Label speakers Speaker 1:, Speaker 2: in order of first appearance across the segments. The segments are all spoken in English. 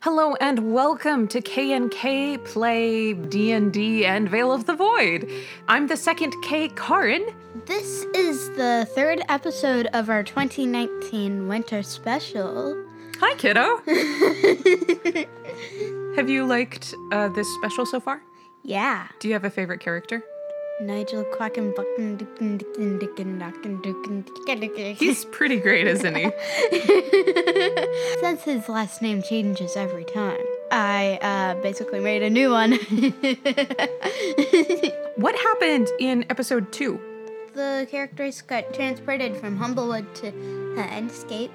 Speaker 1: Hello and welcome to K&K Play D&D and Veil of the Void. I'm the second K Karin.
Speaker 2: This is the third episode of our 2019 winter special.
Speaker 1: Hi kiddo. Have you liked uh, this special so far?
Speaker 2: yeah.
Speaker 1: Do you have a favorite character?
Speaker 2: Nigel Quackenbucken Ducken Ducken Ducken Ducken Ducken Ducken Ducken.
Speaker 1: He's pretty great, isn't he?
Speaker 2: Since his last name changes every time, I uh, basically made a new one.
Speaker 1: What happened in episode 2?
Speaker 2: the characters got transported from Humblewood to uh, Endscape.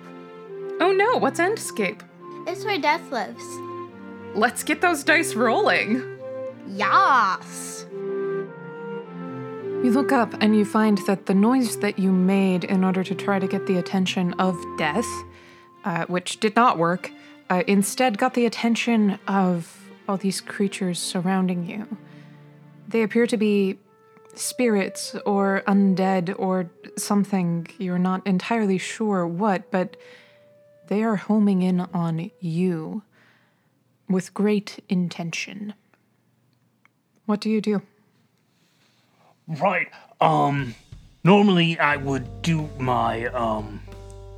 Speaker 1: Oh no, what's Endscape?
Speaker 2: It's where death lives.
Speaker 1: Let's get those dice rolling.
Speaker 2: Yas!
Speaker 1: You look up and you find that the noise that you made in order to try to get the attention of death, uh, which did not work, uh, instead got the attention of all these creatures surrounding you. They appear to be spirits or undead or something. You're not entirely sure what, but they are homing in on you with great intention. What do you do?
Speaker 3: Right. Um normally I would do my um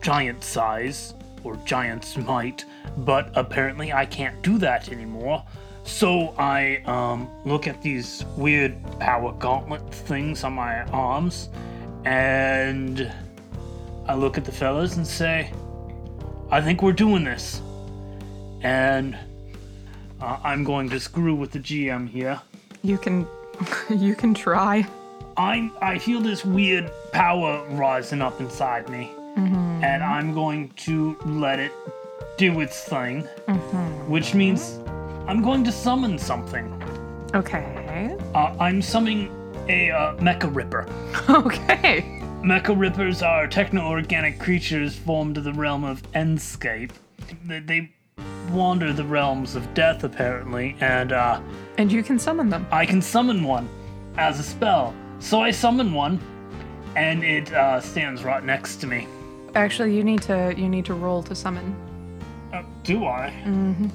Speaker 3: giant size or giant's might, but apparently I can't do that anymore. So I um look at these weird power gauntlet things on my arms and I look at the fellas and say, I think we're doing this. And uh, I'm going to screw with the GM here.
Speaker 1: You can you can try.
Speaker 3: I'm I feel this weird power rising up inside me, and I'm going to let it do its thing, which means I'm going to summon something.
Speaker 1: Okay.
Speaker 3: Uh, I'm summoning a uh, mecha ripper.
Speaker 1: Okay.
Speaker 3: Mecha rippers are techno-organic creatures formed of the realm of Endscape. They, they wander the realms of death apparently, and uh,
Speaker 1: And you can summon them.
Speaker 3: I can summon one as a spell. So I summon one, and it uh, stands right next to me.
Speaker 1: Actually, you need to you need to roll to summon.
Speaker 3: Uh, do I?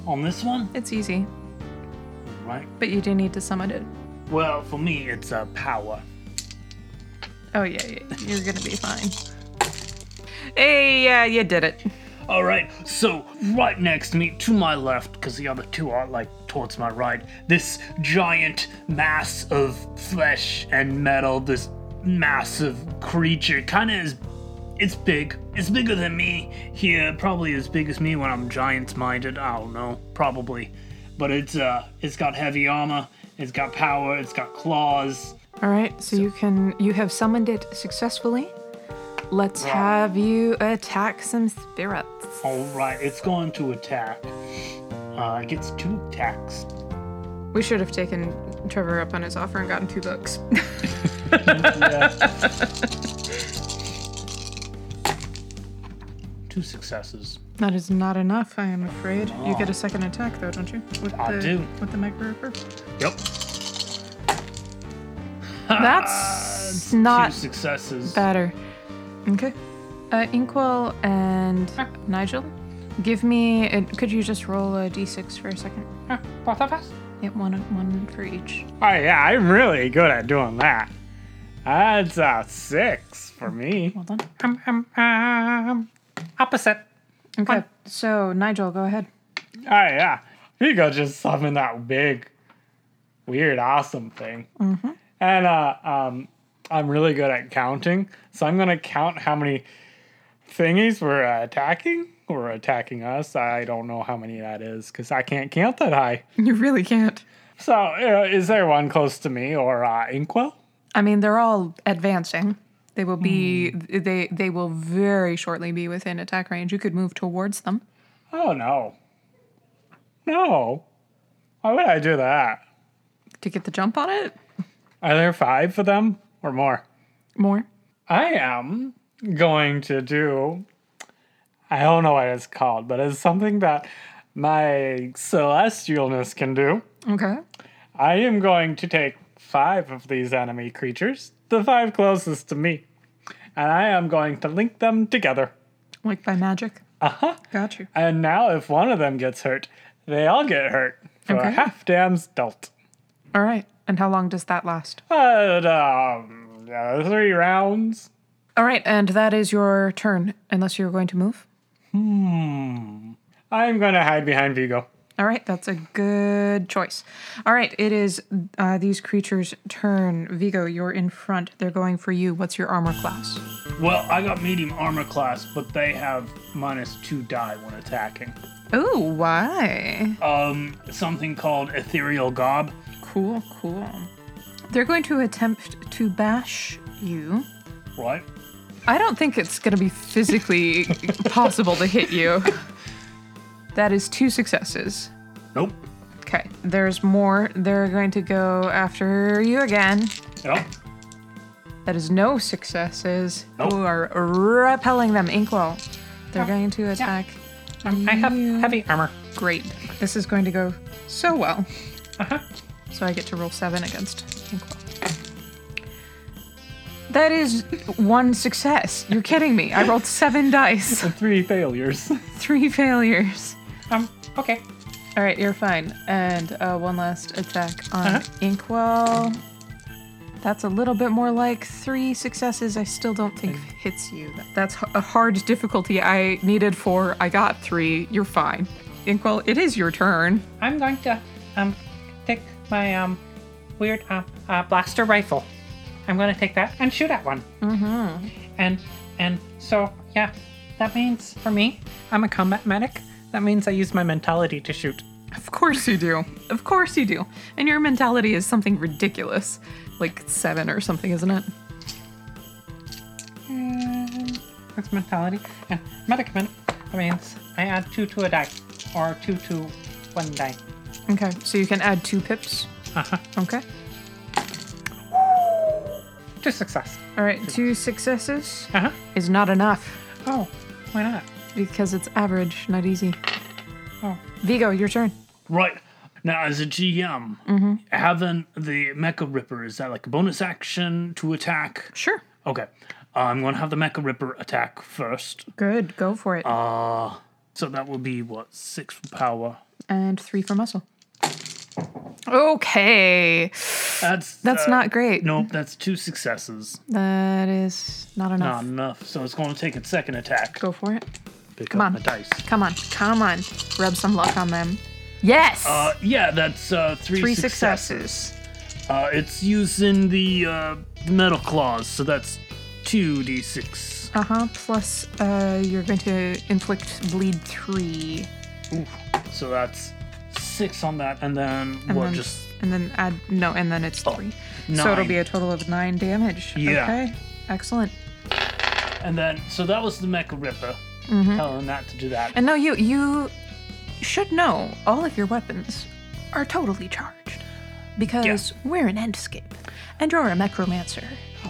Speaker 3: On this one?
Speaker 1: It's easy,
Speaker 3: Right.
Speaker 1: but you do need to summon it.
Speaker 3: Well, for me, it's uh, power.
Speaker 1: Oh yeah, yeah, you're gonna be fine. Hey, yeah, you did it.
Speaker 3: All right, so right next to me, to my left, because the other two are like towards my right, this giant mass of flesh and metal, this massive creature, kind of is. It's big. It's bigger than me here, probably as big as me when I'm giants minded. I don't know, probably. But it's uh, it's got heavy armor, it's got power, it's got claws.
Speaker 1: All right, so, you can you have summoned it successfully. Let's have you attack some spirits.
Speaker 3: All right, it's going to attack. Uh, it gets two attacks.
Speaker 1: We should have taken Trevor up on his offer and gotten two books.
Speaker 3: Two successes.
Speaker 1: that is not enough, I am afraid. You get a second attack though, don't you? With
Speaker 3: I
Speaker 1: the,
Speaker 3: do.
Speaker 1: With the micro ripper.
Speaker 3: Yep. Ah,
Speaker 1: That's not
Speaker 3: two successes.
Speaker 1: Better. Okay. Uh, Inkwell and
Speaker 3: Ah.
Speaker 1: Nigel, give me. A, could you just roll a d6 for a second?
Speaker 3: Both of us.
Speaker 1: Yeah, one, one for each.
Speaker 4: Oh yeah, I'm really good at doing that. That's a six for me.
Speaker 1: Well done.
Speaker 4: Um, um, um, opposite.
Speaker 1: Okay. So Nigel, go ahead.
Speaker 4: Oh yeah, Vigo just summoned that big, weird, awesome thing. And uh, um, I'm really good at counting, so I'm gonna count how many thingies were uh, attacking or attacking us. I don't know how many that is because I can't count that high.
Speaker 1: You really can't.
Speaker 4: So, uh, is there one close to me or uh, Inkwell?
Speaker 1: I mean, they're all advancing. They will be.
Speaker 3: Hmm.
Speaker 1: They they will very shortly be within attack range. You could move towards them.
Speaker 4: Oh no. No. Why would I do that?
Speaker 1: To get the jump on it,
Speaker 4: Are there five of them or more?
Speaker 1: more.
Speaker 4: I am going to do. I don't know what it's called, but it's something that my celestialness can do.
Speaker 1: Okay.
Speaker 4: I am going to take five of these enemy creatures, the five closest to me, and I am going to link them together.
Speaker 1: Like by magic. Uh huh. Got you.
Speaker 4: And now, if one of them gets hurt, They all get hurt for
Speaker 1: Okay.
Speaker 4: a half damn stelt.
Speaker 1: All right. And how long does that last?
Speaker 4: But, um, uh, three rounds.
Speaker 1: All right. And that is your turn, unless you're going to move.
Speaker 4: I'm gonna hide behind Vigo.
Speaker 1: All right, that's a good choice. All right, it is uh, these creatures' turn. Vigo, you're in front. They're going for you. What's your armor class?
Speaker 3: Well, I got medium armor class, but they have minus two die when attacking.
Speaker 1: Ooh, why?
Speaker 3: Um, something called ethereal gob.
Speaker 1: Cool, cool. They're going to attempt to bash you.
Speaker 3: Right?
Speaker 1: I don't think it's going to be physically possible to hit you. That is two successes.
Speaker 3: Nope.
Speaker 1: Okay, there's more. They're going to go after you again.
Speaker 3: Nope.
Speaker 1: That is no successes.
Speaker 3: Nope.
Speaker 1: You are repelling them. Inkwell. They're going to attack.
Speaker 4: I have heavy armor.
Speaker 1: Great. This is going to go so well. So I get to roll seven against Inkwell. That is one success. You're kidding me. I rolled seven dice,
Speaker 4: Three failures.
Speaker 1: three failures.
Speaker 4: um, okay.
Speaker 1: All right, you're fine. And uh, one last attack on
Speaker 4: Uh-huh.
Speaker 1: Inkwell. That's a little bit more like three successes. I still don't think hits you. That's h- a hard difficulty. I needed four. I got three. You're fine. Inkwell, it is your turn.
Speaker 4: I'm going to um take my um weird uh, uh, blaster rifle. I'm going to take that and shoot at one. Mm-hmm. And and so yeah, that means for me, I'm a combat medic. That means I use my mentality to shoot.
Speaker 1: Of course you do. Of course you do. And your mentality is something ridiculous, like seven or something, isn't it?
Speaker 4: That's mentality. And medic men- that means I add two to a die, or two to one die.
Speaker 1: Okay, so you can add two pips.
Speaker 4: Uh-huh.
Speaker 1: Okay.
Speaker 4: Two success.
Speaker 1: All right, two successes
Speaker 4: Uh huh.
Speaker 1: is not enough
Speaker 4: Oh, why not?
Speaker 1: because it's average, not easy.
Speaker 4: Oh.
Speaker 1: Vigo, your turn.
Speaker 3: Right. Now, as a GM,
Speaker 4: Mm-hmm.
Speaker 3: having the Mecha Ripper, is that like a bonus action to attack?
Speaker 1: Sure.
Speaker 3: Okay. I'm going to have the Mecha Ripper attack first.
Speaker 1: Good. Go for it.
Speaker 3: Uh. So that will be, what, six for power?
Speaker 1: and three for muscle. Okay.
Speaker 3: That's
Speaker 1: That's
Speaker 3: uh,
Speaker 1: not great.
Speaker 3: Nope, that's two successes.
Speaker 1: That is not enough.
Speaker 3: Not enough. So it's going to take its second attack.
Speaker 1: Go for it.
Speaker 3: Pick
Speaker 1: come
Speaker 3: up
Speaker 1: on.
Speaker 3: my dice.
Speaker 1: Come on. Come on. Rub some luck on them. Yes.
Speaker 3: Uh, yeah, that's uh, three,
Speaker 1: three
Speaker 3: successes.
Speaker 1: successes.
Speaker 3: Uh, it's using the uh, metal claws, so that's two d6.
Speaker 1: Uh huh. Plus, uh, you're going to inflict bleed three,
Speaker 3: So that's six on that, and then
Speaker 1: and
Speaker 3: what?
Speaker 1: then
Speaker 3: Just
Speaker 1: and then add no, and then it's three. So it'll
Speaker 3: Oh, nine.
Speaker 1: be a total of nine damage.
Speaker 3: Yeah.
Speaker 1: Okay. Excellent.
Speaker 3: and then so that was the Mecha Ripper.
Speaker 1: Mm-hmm.
Speaker 3: Telling that to do that.
Speaker 1: And now you you should know all of your weapons are totally charged because we're an endscape and you're a necromancer.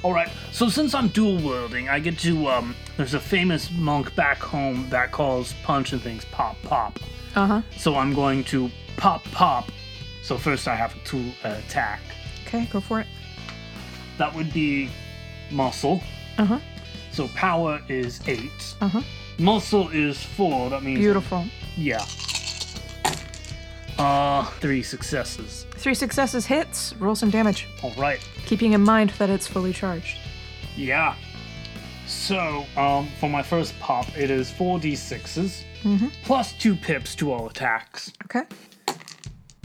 Speaker 3: All right. So since I'm dual wielding, I get to um. There's a famous monk back home that calls punch and things pop pop.
Speaker 1: Uh huh.
Speaker 3: So I'm going to pop pop. So first I have to attack.
Speaker 1: Okay, go for it.
Speaker 3: That would be muscle.
Speaker 1: Uh
Speaker 3: Uh-huh.
Speaker 1: huh.
Speaker 3: So power is eight.
Speaker 1: Uh-huh.
Speaker 3: Muscle is four. That means
Speaker 1: Beautiful.
Speaker 3: Yeah. Uh, three successes.
Speaker 1: Three successes hits. Roll some damage,
Speaker 3: All right.
Speaker 1: keeping in mind that it's fully charged.
Speaker 3: Yeah. So, um, for my first pop, it is four d6s plus two pips to all attacks.
Speaker 1: Okay.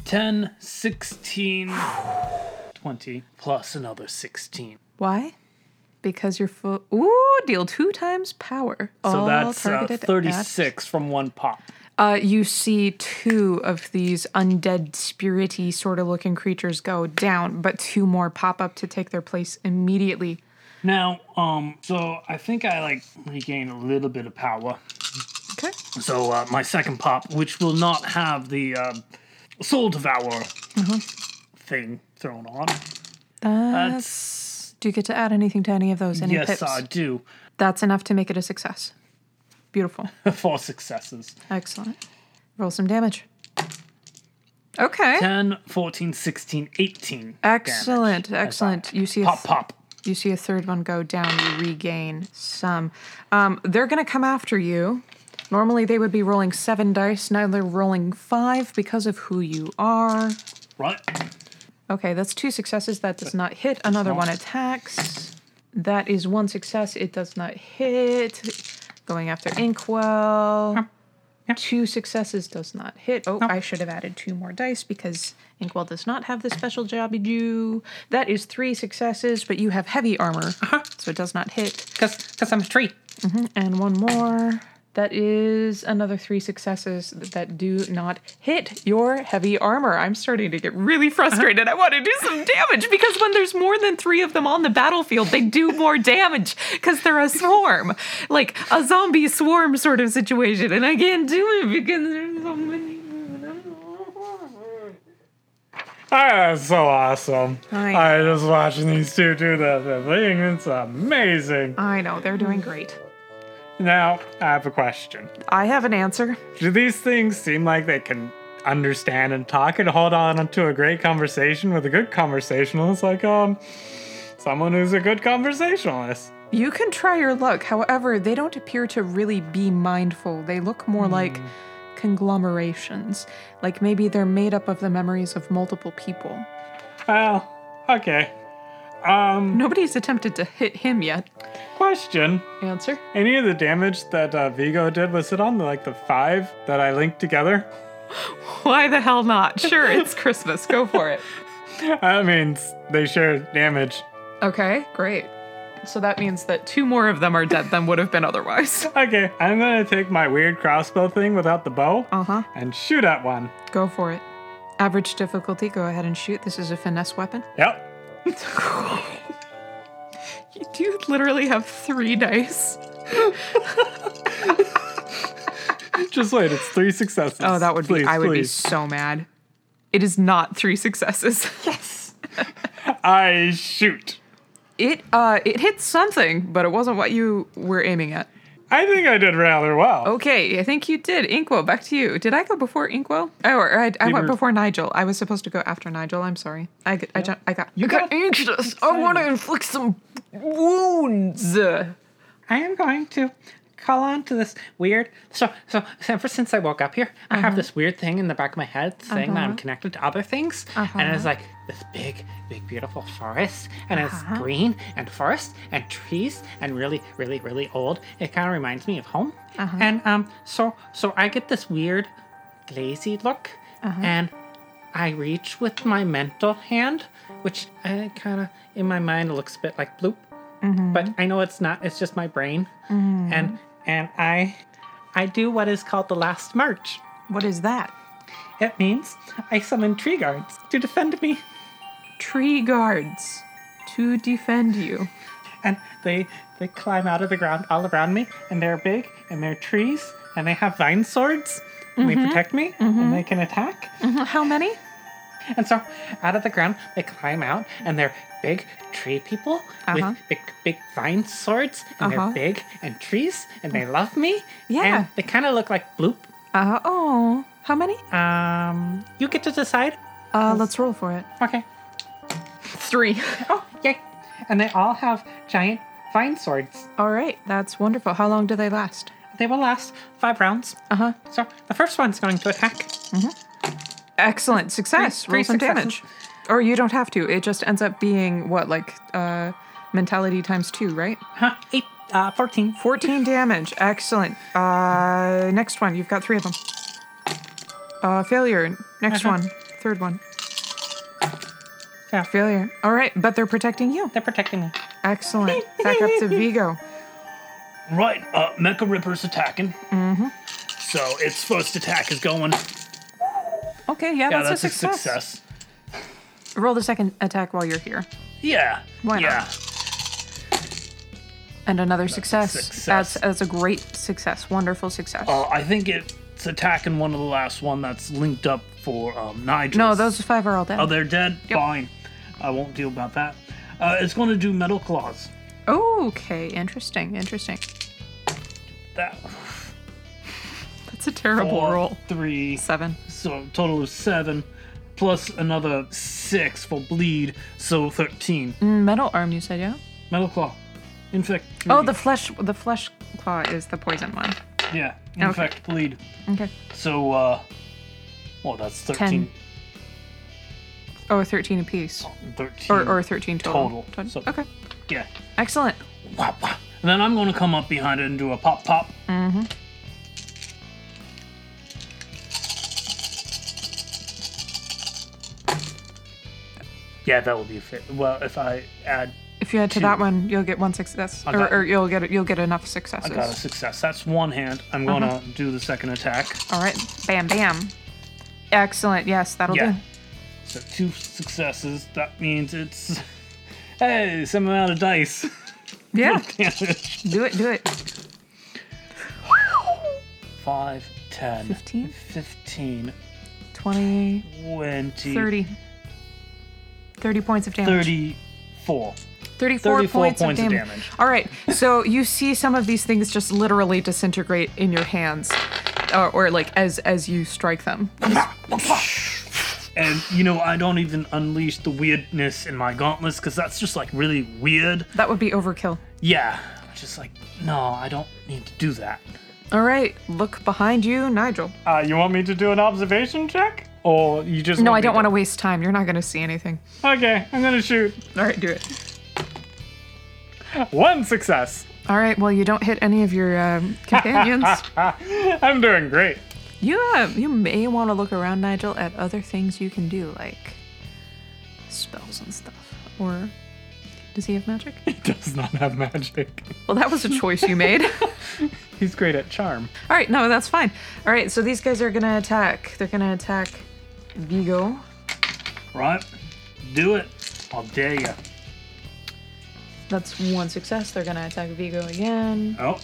Speaker 3: 10, 16, 20, plus another 16.
Speaker 1: Why? Because you're full. Ooh, deal two times power.
Speaker 3: So
Speaker 1: All
Speaker 3: that's uh,
Speaker 1: targeted at-
Speaker 3: 36 from one pop.
Speaker 1: Uh, you see two of these undead, spirity sort of looking creatures go down, but two more pop up to take their place immediately.
Speaker 3: Now, um, so I think I like regain a little bit of power.
Speaker 1: Okay.
Speaker 3: So uh, my second pop, which will not have the uh, soul devour
Speaker 1: Mm-hmm.
Speaker 3: thing thrown on. That's
Speaker 1: Do you get to add anything to any of those? Any
Speaker 3: yes,
Speaker 1: pips?
Speaker 3: I do.
Speaker 1: That's enough to make it a success. Beautiful.
Speaker 3: Four successes.
Speaker 1: Excellent. Roll some damage. Okay.
Speaker 3: 10, 14, 16, 18.
Speaker 1: Excellent.
Speaker 3: damage.
Speaker 1: Excellent. You see a
Speaker 3: Pop,
Speaker 1: th-
Speaker 3: pop.
Speaker 1: You see a third one go down, you regain some. Um, they're going to come after you. Normally they would be rolling seven dice, now they're rolling five because of who you are.
Speaker 3: Right?
Speaker 1: Okay, that's two successes. That does not hit. Another one attacks. That is one success. It does not hit. Going after Inkwell. Two successes does not hit. Oh, I should have added two more dice because Inkwell does not have the special jobby do. That is three successes, but you have heavy armor, so it does not hit.
Speaker 5: Because because I'm a tree.
Speaker 1: And one more. That is another three successes that, that do not hit your heavy armor. I'm starting to get really frustrated. I want to do some damage because when there's more than three of them on the battlefield, they do more damage because they're a swarm, like a zombie swarm sort of situation. And I can't do it because there's so many.
Speaker 4: Ah, it's so awesome.
Speaker 1: Hi.
Speaker 4: I was just watching these two do the, the thing. It's amazing.
Speaker 1: I know, they're doing great.
Speaker 4: Now, I have a question.
Speaker 1: I have an answer.
Speaker 4: Do these things seem like they can understand and talk and hold on to a great conversation with a good conversationalist? Like, um, someone who's a good conversationalist.
Speaker 1: You can try your luck. However, they don't appear to really be mindful. They look more like conglomerations. Like maybe they're made up of the memories of multiple people.
Speaker 4: Well, okay. Um,
Speaker 1: Nobody's attempted to hit him yet.
Speaker 4: question.
Speaker 1: Answer?
Speaker 4: Any of the damage that uh, Vigo did, was it on like the five that I linked together?
Speaker 1: Why the hell not? Sure, it's Christmas. Go for it.
Speaker 4: I mean, s- they share damage.
Speaker 1: Okay, great. So that means that two more of them are dead than would have been otherwise.
Speaker 4: Okay, I'm gonna take my weird crossbow thing without the bow
Speaker 1: Uh huh.
Speaker 4: and shoot at one.
Speaker 1: Go for it. Average difficulty, go ahead and shoot. This is a finesse weapon.
Speaker 4: Yep.
Speaker 1: You do literally have three dice.
Speaker 4: Just wait, it's three successes.
Speaker 1: Oh, that would
Speaker 4: Please,
Speaker 1: be. I would
Speaker 4: please.
Speaker 1: be so mad. It is not three successes. Yes.
Speaker 4: I shoot.
Speaker 1: It uh, it hit something, but it wasn't what you were aiming at.
Speaker 4: I think I did rather well.
Speaker 5: Oh,
Speaker 1: Okay, I think you did. Inkwell, back to you. Did I go before Inkwell? Oh, or I, I went
Speaker 4: were-
Speaker 1: before Nigel. I was supposed to go after Nigel. I'm sorry. I got, I, ju- I got, you
Speaker 4: got
Speaker 1: anxious. I want to inflict some wounds.
Speaker 5: I am going to call on to this weird. So, so ever since I woke up here, I have this weird thing in the back of my head saying that I'm connected to other things, and it's like this big, big, beautiful forest, and it's green and forest and trees and really, really, really old. It kind of reminds me of home, and um, so so I get this weird, lazy look, and I reach with my mental hand, which I kind of in my mind looks a bit like bloop, but I know it's not. It's just my brain, and and I, I do what is called the last march.
Speaker 1: What is that?
Speaker 5: It means I summon tree guards to defend me,
Speaker 1: Tree guards to defend you.
Speaker 5: and they they climb out of the ground all around me, and they're big, and they're trees, and they have vine swords. And they protect me, and they can attack.
Speaker 1: How many?
Speaker 5: And so, out of the ground, they climb out, and they're big tree people
Speaker 1: Uh-huh.
Speaker 5: with big, big vine swords, and
Speaker 1: Uh-huh.
Speaker 5: they're big and trees, and they love me.
Speaker 1: Yeah.
Speaker 5: and they kind of look like bloop.
Speaker 1: Uh oh. How many?
Speaker 5: Um, you get to decide.
Speaker 1: Uh, let's roll for it.
Speaker 5: Okay.
Speaker 1: Three.
Speaker 5: Oh, yay! And they all have giant vine swords.
Speaker 1: All right, that's wonderful. How long do they last?
Speaker 5: They will last five rounds.
Speaker 1: Uh huh.
Speaker 5: So the first one's going to attack.
Speaker 1: Excellent success.
Speaker 5: Three-
Speaker 1: Roll some
Speaker 5: three
Speaker 1: damage. Or you don't have to. It just ends up being what, like, uh, mentality times two, right?
Speaker 5: Huh? Eight, uh, 14.
Speaker 1: 14 damage. Excellent. Uh, next one. You've got three of them. Uh, failure. Next one. Third one.
Speaker 5: Yeah.
Speaker 1: Failure. All right, but they're protecting you.
Speaker 5: They're protecting me.
Speaker 1: Excellent. Back up to Vigo.
Speaker 3: Right. Uh, Mecha Ripper's attacking. Mm-hmm. So its first attack is going.
Speaker 1: Okay, yeah,
Speaker 3: Yeah,
Speaker 1: that's, a, success.
Speaker 3: success.
Speaker 1: Roll the second attack while you're here.
Speaker 3: Yeah.
Speaker 1: Why not?
Speaker 3: yeah.
Speaker 1: And another success.
Speaker 3: success.
Speaker 1: That's, that's a great success. Wonderful success.
Speaker 3: Uh, I think it's attacking one of the last one that's linked up for um, Nigel.
Speaker 1: no, those five are all dead.
Speaker 3: Oh, they're dead.
Speaker 1: Yep.
Speaker 3: Fine. I won't deal about that. Uh, it's going to do metal claws.
Speaker 1: Okay, interesting, interesting.
Speaker 3: That
Speaker 1: That's a terrible
Speaker 3: four,
Speaker 1: roll.
Speaker 3: three,
Speaker 1: Seven.
Speaker 3: so total of seven, plus another six for bleed, so thirteen.
Speaker 1: Metal arm, you said, yeah?
Speaker 3: Mm-hmm. Metal claw, infect.
Speaker 1: Oh,
Speaker 3: three.
Speaker 1: the flesh, the flesh claw is the poison one.
Speaker 3: yeah. Infect bleed.
Speaker 1: Okay.
Speaker 3: So, uh, well, that's 13.
Speaker 1: Oh, 13 apiece.
Speaker 3: 13
Speaker 1: Or, or 13 total.
Speaker 3: Total, so-
Speaker 1: Okay.
Speaker 3: yeah.
Speaker 1: Excellent.
Speaker 3: Wah, wah. And then I'm going to come up behind it and do a pop pop. Mm-hmm. Yeah, that would be a fit. Well, if I add,
Speaker 1: If you add to that one, you'll get one success,
Speaker 3: got-
Speaker 1: or, or you'll get you'll get enough
Speaker 3: I
Speaker 1: successes.
Speaker 3: got a success. That's one hand. I'm going to do the second attack.
Speaker 1: All right, bam, bam. Excellent. Yes, that'll
Speaker 3: Yeah.
Speaker 1: do.
Speaker 3: So two successes. That means it's hey, some amount of dice
Speaker 1: Yeah,
Speaker 3: damage.
Speaker 1: do it, do it.
Speaker 3: Five, ten,
Speaker 1: 15,
Speaker 3: 15,
Speaker 1: 20,
Speaker 3: 20,
Speaker 1: 30. 30 points of damage.
Speaker 3: 34.
Speaker 1: 34,
Speaker 3: 34
Speaker 1: points,
Speaker 3: points
Speaker 1: of,
Speaker 3: of
Speaker 1: damage.
Speaker 3: damage.
Speaker 1: All right, so you see some of these things just literally disintegrate in your hands, or, or like as as you strike them.
Speaker 3: And you know, I don't even unleash the weirdness in my gauntlets because that's just like really weird.
Speaker 1: That would be overkill.
Speaker 3: Yeah, just like no, I don't need to do that.
Speaker 1: All right, look behind you, Nigel.
Speaker 4: Uh, you want me to do an observation check? Or you just.
Speaker 1: No, I don't want to waste time. You're not going to see anything.
Speaker 4: to. Okay, I'm going to shoot.
Speaker 1: All right, do it.
Speaker 4: One success.
Speaker 1: All right, well, you don't hit any of your um, companions.
Speaker 4: Ah, I'm doing great.
Speaker 1: you uh, you may want to look around, Nigel, at other things you can do, like spells and stuff. Or does he have magic?
Speaker 4: He does not have magic.
Speaker 1: Well, that was a choice you made.
Speaker 4: He's great at charm.
Speaker 1: All right, no, that's fine. All right, so these guys are gonna attack. They're gonna attack Vigo.
Speaker 3: Right? Do it. I'll dare you.
Speaker 1: That's one success. They're gonna attack Vigo again.
Speaker 3: Oh,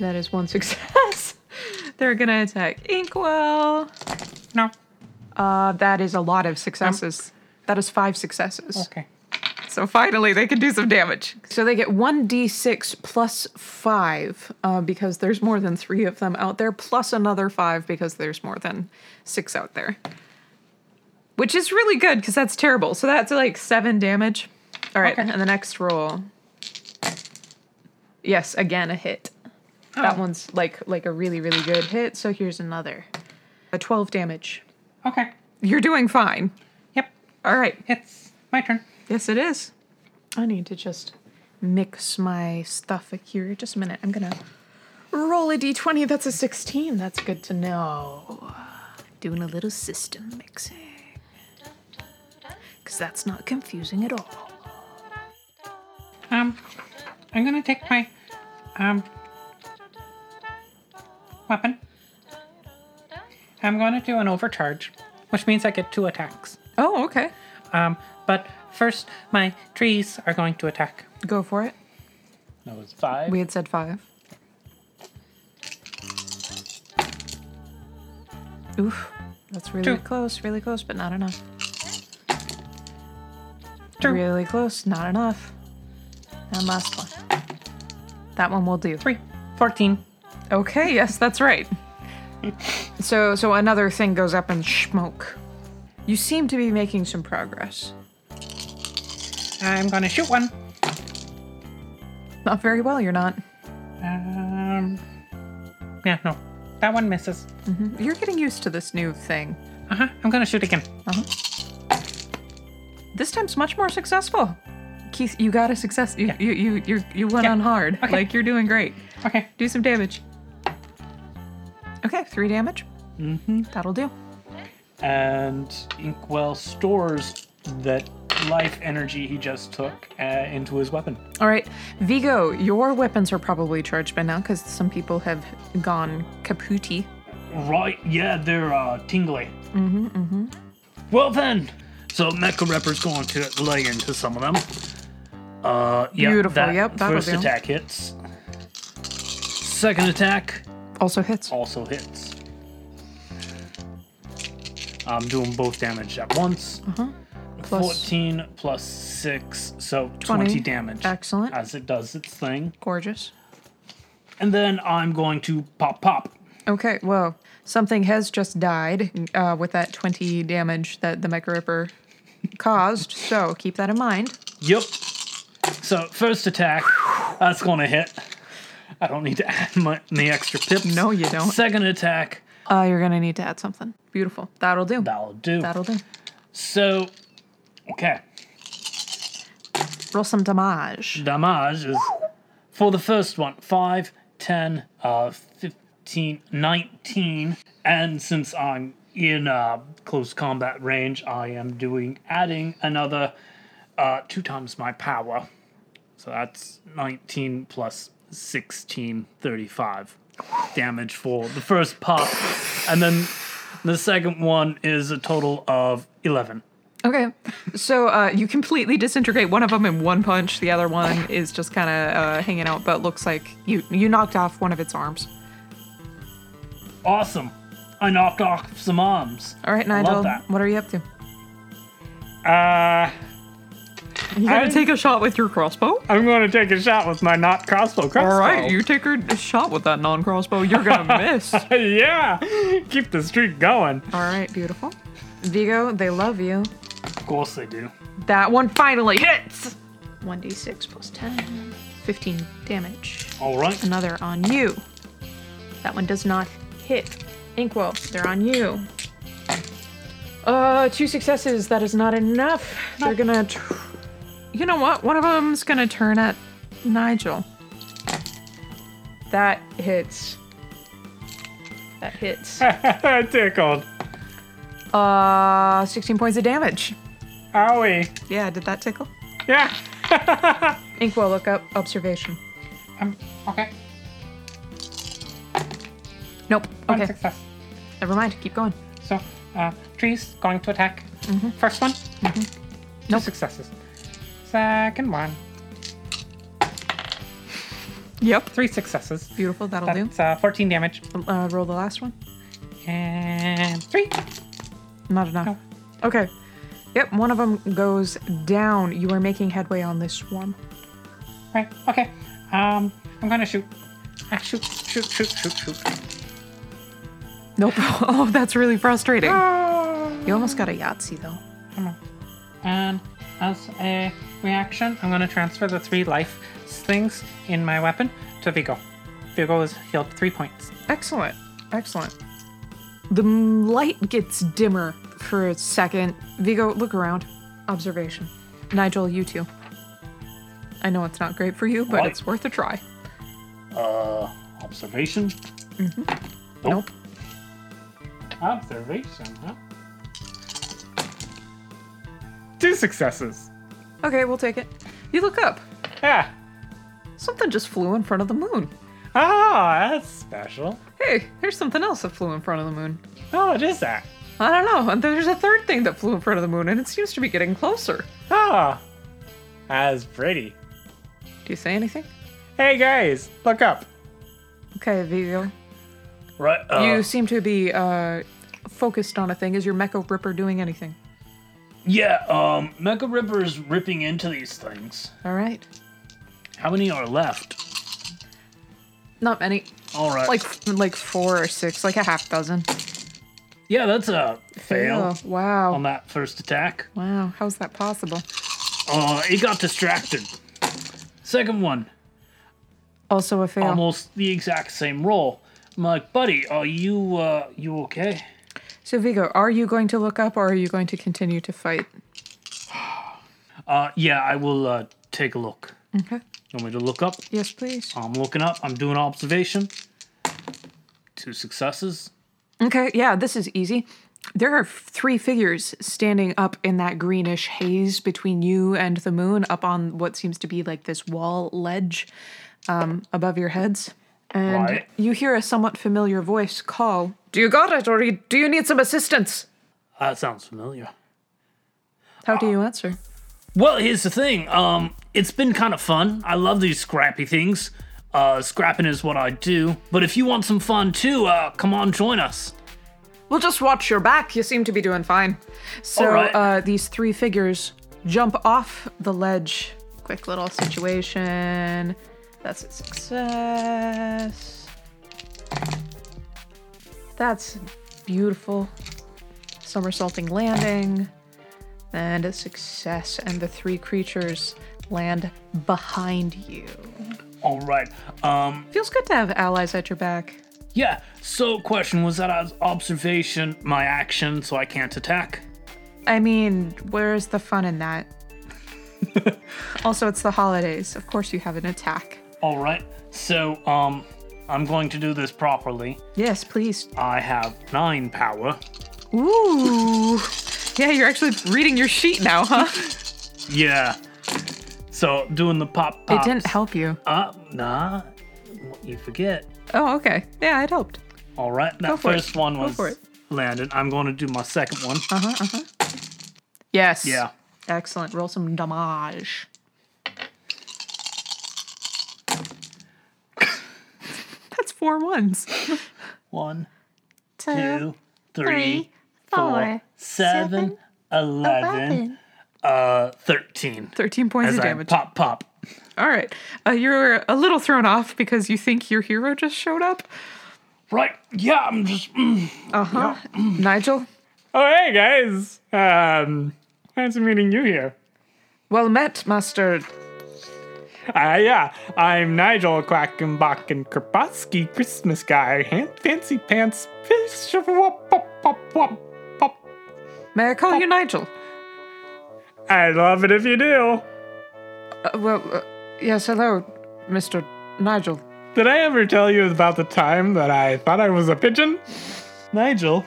Speaker 1: That is one success. They're gonna attack Inkwell.
Speaker 4: No.
Speaker 1: Uh, that is a lot of successes. that is five successes.
Speaker 4: Okay.
Speaker 1: So finally, they can do some damage. So they get 1d6 plus 5 uh, because there's more than three of them out there, plus another 5 because there's more than six out there. Which is really good because that's terrible. So that's like 7 damage. All right, and the next roll. Yes, again, a hit. That one's like like a really really good hit. So here's another, a twelve damage.
Speaker 5: Okay.
Speaker 1: You're doing fine.
Speaker 5: Yep.
Speaker 1: All right.
Speaker 5: It's my turn.
Speaker 1: Yes, it is. I need to just mix my stuff here. Just a minute. I'm gonna roll a d20. That's a 16. That's good to know. Doing a little system mixing. Because that's not confusing at all.
Speaker 5: Um, I'm gonna take my um weapon. I'm gonna do an overcharge, which means I get two attacks.
Speaker 1: Oh, okay.
Speaker 5: Um, but first, my trees are going to attack.
Speaker 1: Go for it.
Speaker 4: That was five.
Speaker 1: We had said five. Oof. That's really
Speaker 5: Two.
Speaker 1: close, really close, but not enough.
Speaker 5: Two.
Speaker 1: Really close, not enough. And last one. That one will do.
Speaker 5: Three, 14.
Speaker 1: Okay, yes, that's right. so so another thing goes up in smoke. You seem to be making some progress.
Speaker 5: I'm gonna shoot one.
Speaker 1: Not very well, you're not.
Speaker 5: Um, yeah, no, that one misses.
Speaker 1: You're getting used to this new thing.
Speaker 5: Uh huh. I'm gonna shoot again.
Speaker 1: This time's much more successful. Keith, you got a success. You you you you, you went on hard.
Speaker 5: Okay.
Speaker 1: Like you're doing great.
Speaker 5: Okay.
Speaker 1: Do some damage. Okay, three damage. Mm-hmm. That'll do.
Speaker 3: and Inkwell stores that life energy he just took uh, into his weapon.
Speaker 1: All right, Vigo, your weapons are probably charged by now because some people have gone kaputi.
Speaker 3: Right, yeah, they're uh, tingly. Mm-hmm, mm-hmm. Well then, so Mecha Repper's going to lay into some of them. Uh, yeah,
Speaker 1: Beautiful,
Speaker 3: that
Speaker 1: yep, that'll
Speaker 3: First
Speaker 1: do.
Speaker 3: attack hits. Second attack
Speaker 1: Also hits.
Speaker 3: also hits. I'm doing both damage at once.
Speaker 1: Uh-huh. Plus-
Speaker 3: 14 plus 6, so 20,
Speaker 1: 20.
Speaker 3: damage.
Speaker 1: Excellent.
Speaker 3: As it does its thing.
Speaker 1: Gorgeous.
Speaker 3: And then I'm going to pop pop.
Speaker 1: Okay, well, something has just died uh, with that 20 damage that the Mecha Ripper caused, so keep that in mind.
Speaker 3: Yep. So first attack, that's gonna hit. I don't need to add my, the extra pips.
Speaker 1: No, you don't.
Speaker 3: Second attack.
Speaker 1: Uh, you're gonna need to add something. Beautiful. That'll do.
Speaker 3: That'll do.
Speaker 1: That'll do.
Speaker 3: so, okay.
Speaker 1: Roll some damage.
Speaker 3: Damage is for the first one 5, 10, uh, 15, 19. And since I'm in uh, close combat range, I am doing adding another uh, two times my power. So that's 19 plus 16, 35 damage for the first pop. And then the second one is a total of 11.
Speaker 1: Okay. So uh, you completely disintegrate one of them in one punch. The other one is just kind of uh, hanging out, but looks like you you knocked off one of its arms.
Speaker 3: Awesome. I knocked off some arms.
Speaker 1: All right,
Speaker 3: I love
Speaker 1: Nigel.
Speaker 3: that.
Speaker 1: What are you up to?
Speaker 4: Uh,
Speaker 1: You gotta
Speaker 4: I'm-
Speaker 1: take a shot with your crossbow.
Speaker 4: I'm going to take a shot with my not crossbow crossbow.
Speaker 1: All right, you take a a shot with that non-crossbow. You're gonna miss. All
Speaker 4: yeah, keep the streak going.
Speaker 1: right, beautiful. Vigo, they love you.
Speaker 3: Of course they do.
Speaker 1: That one finally hits. 1d6 plus 10. 15 damage.
Speaker 3: All right.
Speaker 1: Another on you. That one does not hit. Inkwell, they're on you. Uh, two successes. That is not enough. They're gonna. Tr- you know what? One of them's gonna turn at Nigel. That hits. That hits.
Speaker 4: Tickled.
Speaker 1: Uh, 16 points of damage.
Speaker 4: Owie.
Speaker 1: Yeah, did that tickle?
Speaker 4: Yeah.
Speaker 1: Inkwell, look up observation.
Speaker 5: Um, okay.
Speaker 1: Nope.
Speaker 5: One
Speaker 1: Okay.
Speaker 5: success.
Speaker 1: Never mind. Keep going.
Speaker 5: So, uh, trees going to attack. First one. Two
Speaker 1: Mm-hmm. Nope.
Speaker 5: successes. Second one.
Speaker 1: Yep.
Speaker 5: Three successes.
Speaker 1: Beautiful. That'll do.
Speaker 5: That's uh, 14 damage.
Speaker 1: Uh, roll the last one.
Speaker 5: And three.
Speaker 1: Not enough. Okay. Yep. One of them goes down. You are making headway on this swarm.
Speaker 5: Right. Okay. Um, I'm gonna shoot. Ah, shoot, shoot, shoot, shoot, shoot.
Speaker 1: Nope. oh, that's really frustrating. You almost got a Yahtzee though.
Speaker 5: And as a reaction, I'm gonna transfer the three life things in my weapon to Vigo. Vigo is healed three points.
Speaker 1: Excellent. Excellent. The m- light gets dimmer for a second. Vigo, look around. Observation. Nigel, you too. I know it's not great for you, but
Speaker 3: Right.
Speaker 1: it's worth a try.
Speaker 3: Uh, observation.
Speaker 1: Nope.
Speaker 5: Observation, huh?
Speaker 4: Two successes.
Speaker 1: Okay, we'll take it. You look up.
Speaker 4: Yeah.
Speaker 1: Something just flew in front of the moon.
Speaker 4: Ah, that's special.
Speaker 1: Hey, here's something else that flew in front of the moon.
Speaker 4: Oh, what is that?
Speaker 1: I don't know. And there's a third thing that flew in front of the moon, and it seems to be getting closer.
Speaker 4: Ah, that's pretty.
Speaker 1: Do you say anything?
Speaker 4: Hey guys, look up.
Speaker 1: Okay, Vigo.
Speaker 3: Right. Uh,
Speaker 1: you seem to be uh, focused on a thing. Is your Mecha Ripper doing anything?
Speaker 3: Yeah. Um, Mega Ripper is ripping into these things.
Speaker 1: All right.
Speaker 3: How many are left?
Speaker 1: Not many.
Speaker 3: All right.
Speaker 1: Like like four or six, like a half dozen.
Speaker 3: yeah, that's a fail
Speaker 1: Oh, wow.
Speaker 3: on that first attack.
Speaker 1: wow. How's that possible?
Speaker 3: Uh, it got distracted. Second one,
Speaker 1: Also a fail.
Speaker 3: almost the exact same roll. I'm like, buddy, are you uh, you okay?
Speaker 1: So Vigo, are you going to look up, or are you going to continue to fight?
Speaker 3: Uh, yeah, I will uh, take a look.
Speaker 1: Okay.
Speaker 3: You want me to look up?
Speaker 1: Yes, please.
Speaker 3: I'm looking up. I'm doing observation. Two successes.
Speaker 1: Okay, yeah, this is easy. There are f- three figures standing up in that greenish haze between you and the moon, up on what seems to be like this wall ledge um, above your heads. And
Speaker 3: Right.
Speaker 1: you hear a somewhat familiar voice call, Do you got it, or you- do you need some assistance?
Speaker 3: That sounds familiar.
Speaker 1: How do you answer?
Speaker 3: Well, here's the thing. Um, it's been kind of fun. I love these scrappy things. Uh, scrapping is what I do. But if you want some fun too, uh, come on, join us.
Speaker 1: Well, just watch your back. You seem to be doing fine. So
Speaker 3: All right.
Speaker 1: uh, these three figures jump off the ledge. Quick little situation. That's a success. That's beautiful. Somersaulting landing. And a success. And the three creatures land behind you.
Speaker 3: All right. Um,
Speaker 1: Feels good to have allies at your back.
Speaker 3: yeah. So, question was that as observation, my action, so I can't attack.
Speaker 1: I mean, where's the fun in that? also, it's the holidays. Of course, you have an attack.
Speaker 3: All right. So, um, I'm going to do this properly.
Speaker 1: Yes, please.
Speaker 3: I have nine power.
Speaker 1: Ooh. Yeah, you're actually reading your sheet now, huh?
Speaker 3: Yeah. So doing the pop
Speaker 1: It
Speaker 3: pops.
Speaker 1: didn't help you.
Speaker 3: Uh, nah. You forget.
Speaker 1: Oh, okay. Yeah, it helped.
Speaker 3: All right. That
Speaker 1: for it.
Speaker 3: first one
Speaker 1: Go
Speaker 3: was
Speaker 1: for it.
Speaker 3: landed. I'm going to do my second one.
Speaker 1: Yes.
Speaker 3: Yeah.
Speaker 1: Excellent. Roll some damage. That's four ones.
Speaker 3: One,
Speaker 2: Two,
Speaker 3: two, three, four,
Speaker 2: four, seven,
Speaker 3: seven, eleven,
Speaker 2: eleven.
Speaker 3: uh, thirteen.
Speaker 1: 13 points
Speaker 3: As
Speaker 1: of
Speaker 3: I
Speaker 1: damage.
Speaker 3: pop pop.
Speaker 1: All right. Uh, you're a little thrown off because you think your hero just showed up.
Speaker 3: Right. Yeah. I'm just. mm.
Speaker 1: Uh huh. Nigel?
Speaker 4: Oh, hey guys. Um, nice meeting you here.
Speaker 1: Well met, Master.
Speaker 5: Ah,
Speaker 4: Uh, yeah, I'm Nigel Quackenbach and Krapatsky Christmas guy. Han- Fancy pants. Fish. Wop, wop, wop, wop, wop.
Speaker 1: May I
Speaker 4: Oh.
Speaker 1: call you Nigel?
Speaker 4: I love it if you do.
Speaker 1: Uh, well, uh, yes, hello, Mr. Nigel.
Speaker 4: Did I ever tell you about the time that I thought I was a pigeon? Nigel,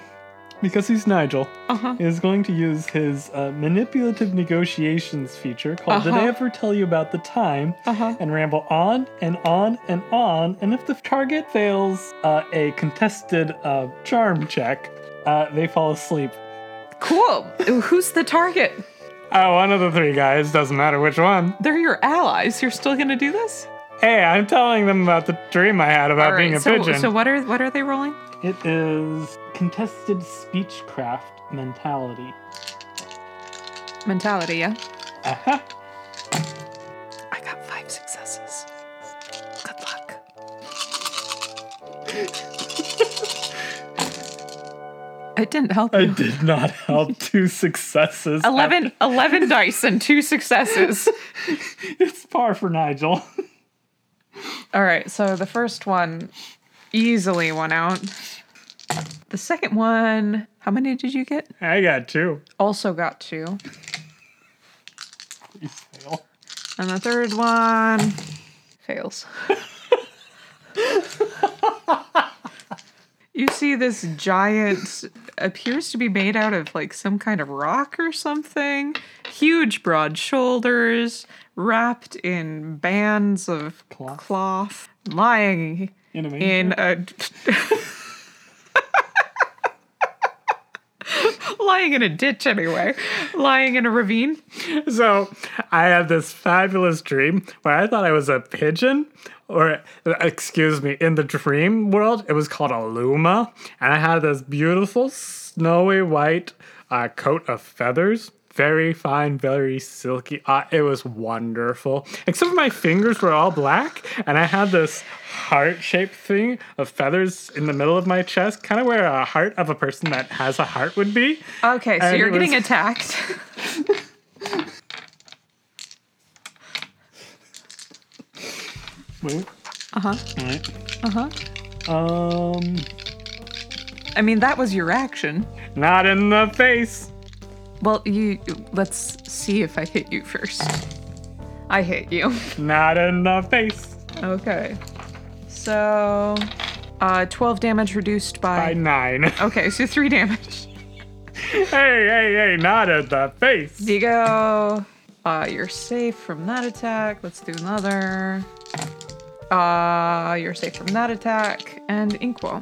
Speaker 4: because he's Nigel,
Speaker 1: Uh-huh.
Speaker 4: is going to use his uh, manipulative negotiations feature called Did I
Speaker 1: Uh-huh.
Speaker 4: Ever Tell You About the Time?
Speaker 1: Uh-huh.
Speaker 4: and ramble on and on and on. And if the target fails uh, a contested uh, charm check, uh, they fall asleep.
Speaker 1: Cool. Who's the target?
Speaker 4: Oh, one of the three guys, doesn't matter which one.
Speaker 1: They're your allies. You're still going to do this?
Speaker 4: Hey, I'm telling them about the dream I had about Uh, being a
Speaker 1: so,
Speaker 4: pigeon.
Speaker 1: so what are what are they rolling?
Speaker 4: It is contested speechcraft mentality.
Speaker 1: Mentality, yeah.
Speaker 4: Aha.
Speaker 1: I got five successes. Good luck. it didn't help
Speaker 4: I
Speaker 1: you.
Speaker 4: did not help two successes.
Speaker 1: 11, 11 dice and two successes.
Speaker 4: It's par for Nigel.
Speaker 1: All right, so the first one easily won out. The second one, how many did you get?
Speaker 4: I got two.
Speaker 1: Also got two.
Speaker 4: Please fail.
Speaker 1: And the third one fails. you see this giant appears to be made out of like some kind of rock or something. Huge broad shoulders, wrapped in bands of
Speaker 4: Cloth.
Speaker 1: cloth lying
Speaker 4: Enemy.
Speaker 1: in a lying in a ditch anyway lying in a ravine
Speaker 4: So I had this fabulous dream where I thought I was a pigeon, or excuse me, in the dream world, it was called a luma, and I had this beautiful snowy white uh, coat of feathers. Very fine, very silky. Uh, it was wonderful. Except for my fingers were all black, and I had this heart shaped thing of feathers in the middle of my chest, kind of where a heart of a person that has a heart would be.
Speaker 1: okay so
Speaker 4: And
Speaker 1: you're
Speaker 4: it was-
Speaker 1: getting attacked
Speaker 4: Wait.
Speaker 1: uh-huh
Speaker 3: Alright.
Speaker 4: Um,
Speaker 1: i mean that was your action
Speaker 4: not in the face.
Speaker 1: well you let's see if i hit you first i hit you
Speaker 4: Not in the face.
Speaker 1: okay so uh 12 damage reduced
Speaker 4: By
Speaker 1: by
Speaker 4: nine.
Speaker 1: okay so 3 damage
Speaker 4: hey, hey, hey, not in the face.
Speaker 1: You go. Uh, you're safe from that attack. Let's do another. Uh, you're safe from that attack. And Inkwell.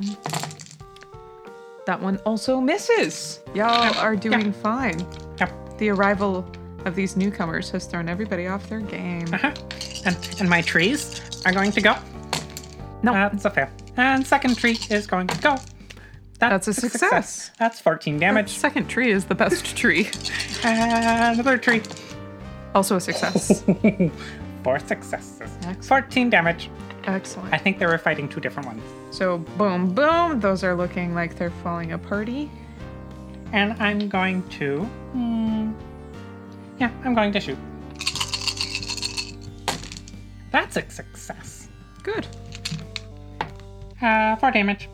Speaker 1: That one also misses. Y'all are doing fine.
Speaker 5: Yep.
Speaker 1: The arrival of these newcomers has thrown everybody off their game.
Speaker 5: Uh, Uh-huh. And, and my trees are going to go. Uh,
Speaker 1: No.
Speaker 5: That's a fail. And second tree is going to go. That-
Speaker 1: That's a success.
Speaker 5: That's 14 damage.
Speaker 1: Second tree is the best tree.
Speaker 5: And another tree.
Speaker 1: Also a success.
Speaker 5: Four successes.
Speaker 1: Excellent.
Speaker 5: 14 damage. I
Speaker 1: Excellent.
Speaker 5: think they were fighting two different ones.
Speaker 1: So boom, boom. Those are looking like they're falling a party.
Speaker 5: And I'm going to. hmm, yeah, I'm going to shoot. That's a success.
Speaker 1: Good.
Speaker 5: Uh, four damage.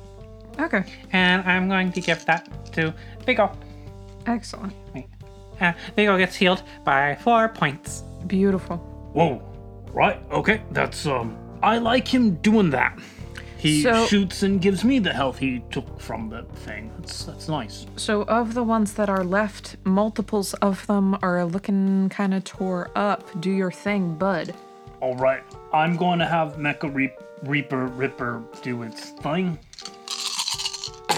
Speaker 1: Okay.
Speaker 5: And I'm going to give that to Big O.
Speaker 1: Excellent.
Speaker 5: Wait. Uh, Big O gets healed by four points.
Speaker 1: Beautiful.
Speaker 3: Whoa. Right. Okay. That's um. I like him doing that. He
Speaker 1: So-
Speaker 3: shoots and gives me the health he took from the thing. That's that's nice.
Speaker 1: So, of the ones that are left, multiples of them are looking kind of tore up. Do your thing, bud.
Speaker 3: All right. I'm going to have Mecha Reap, Reaper Ripper do its thing.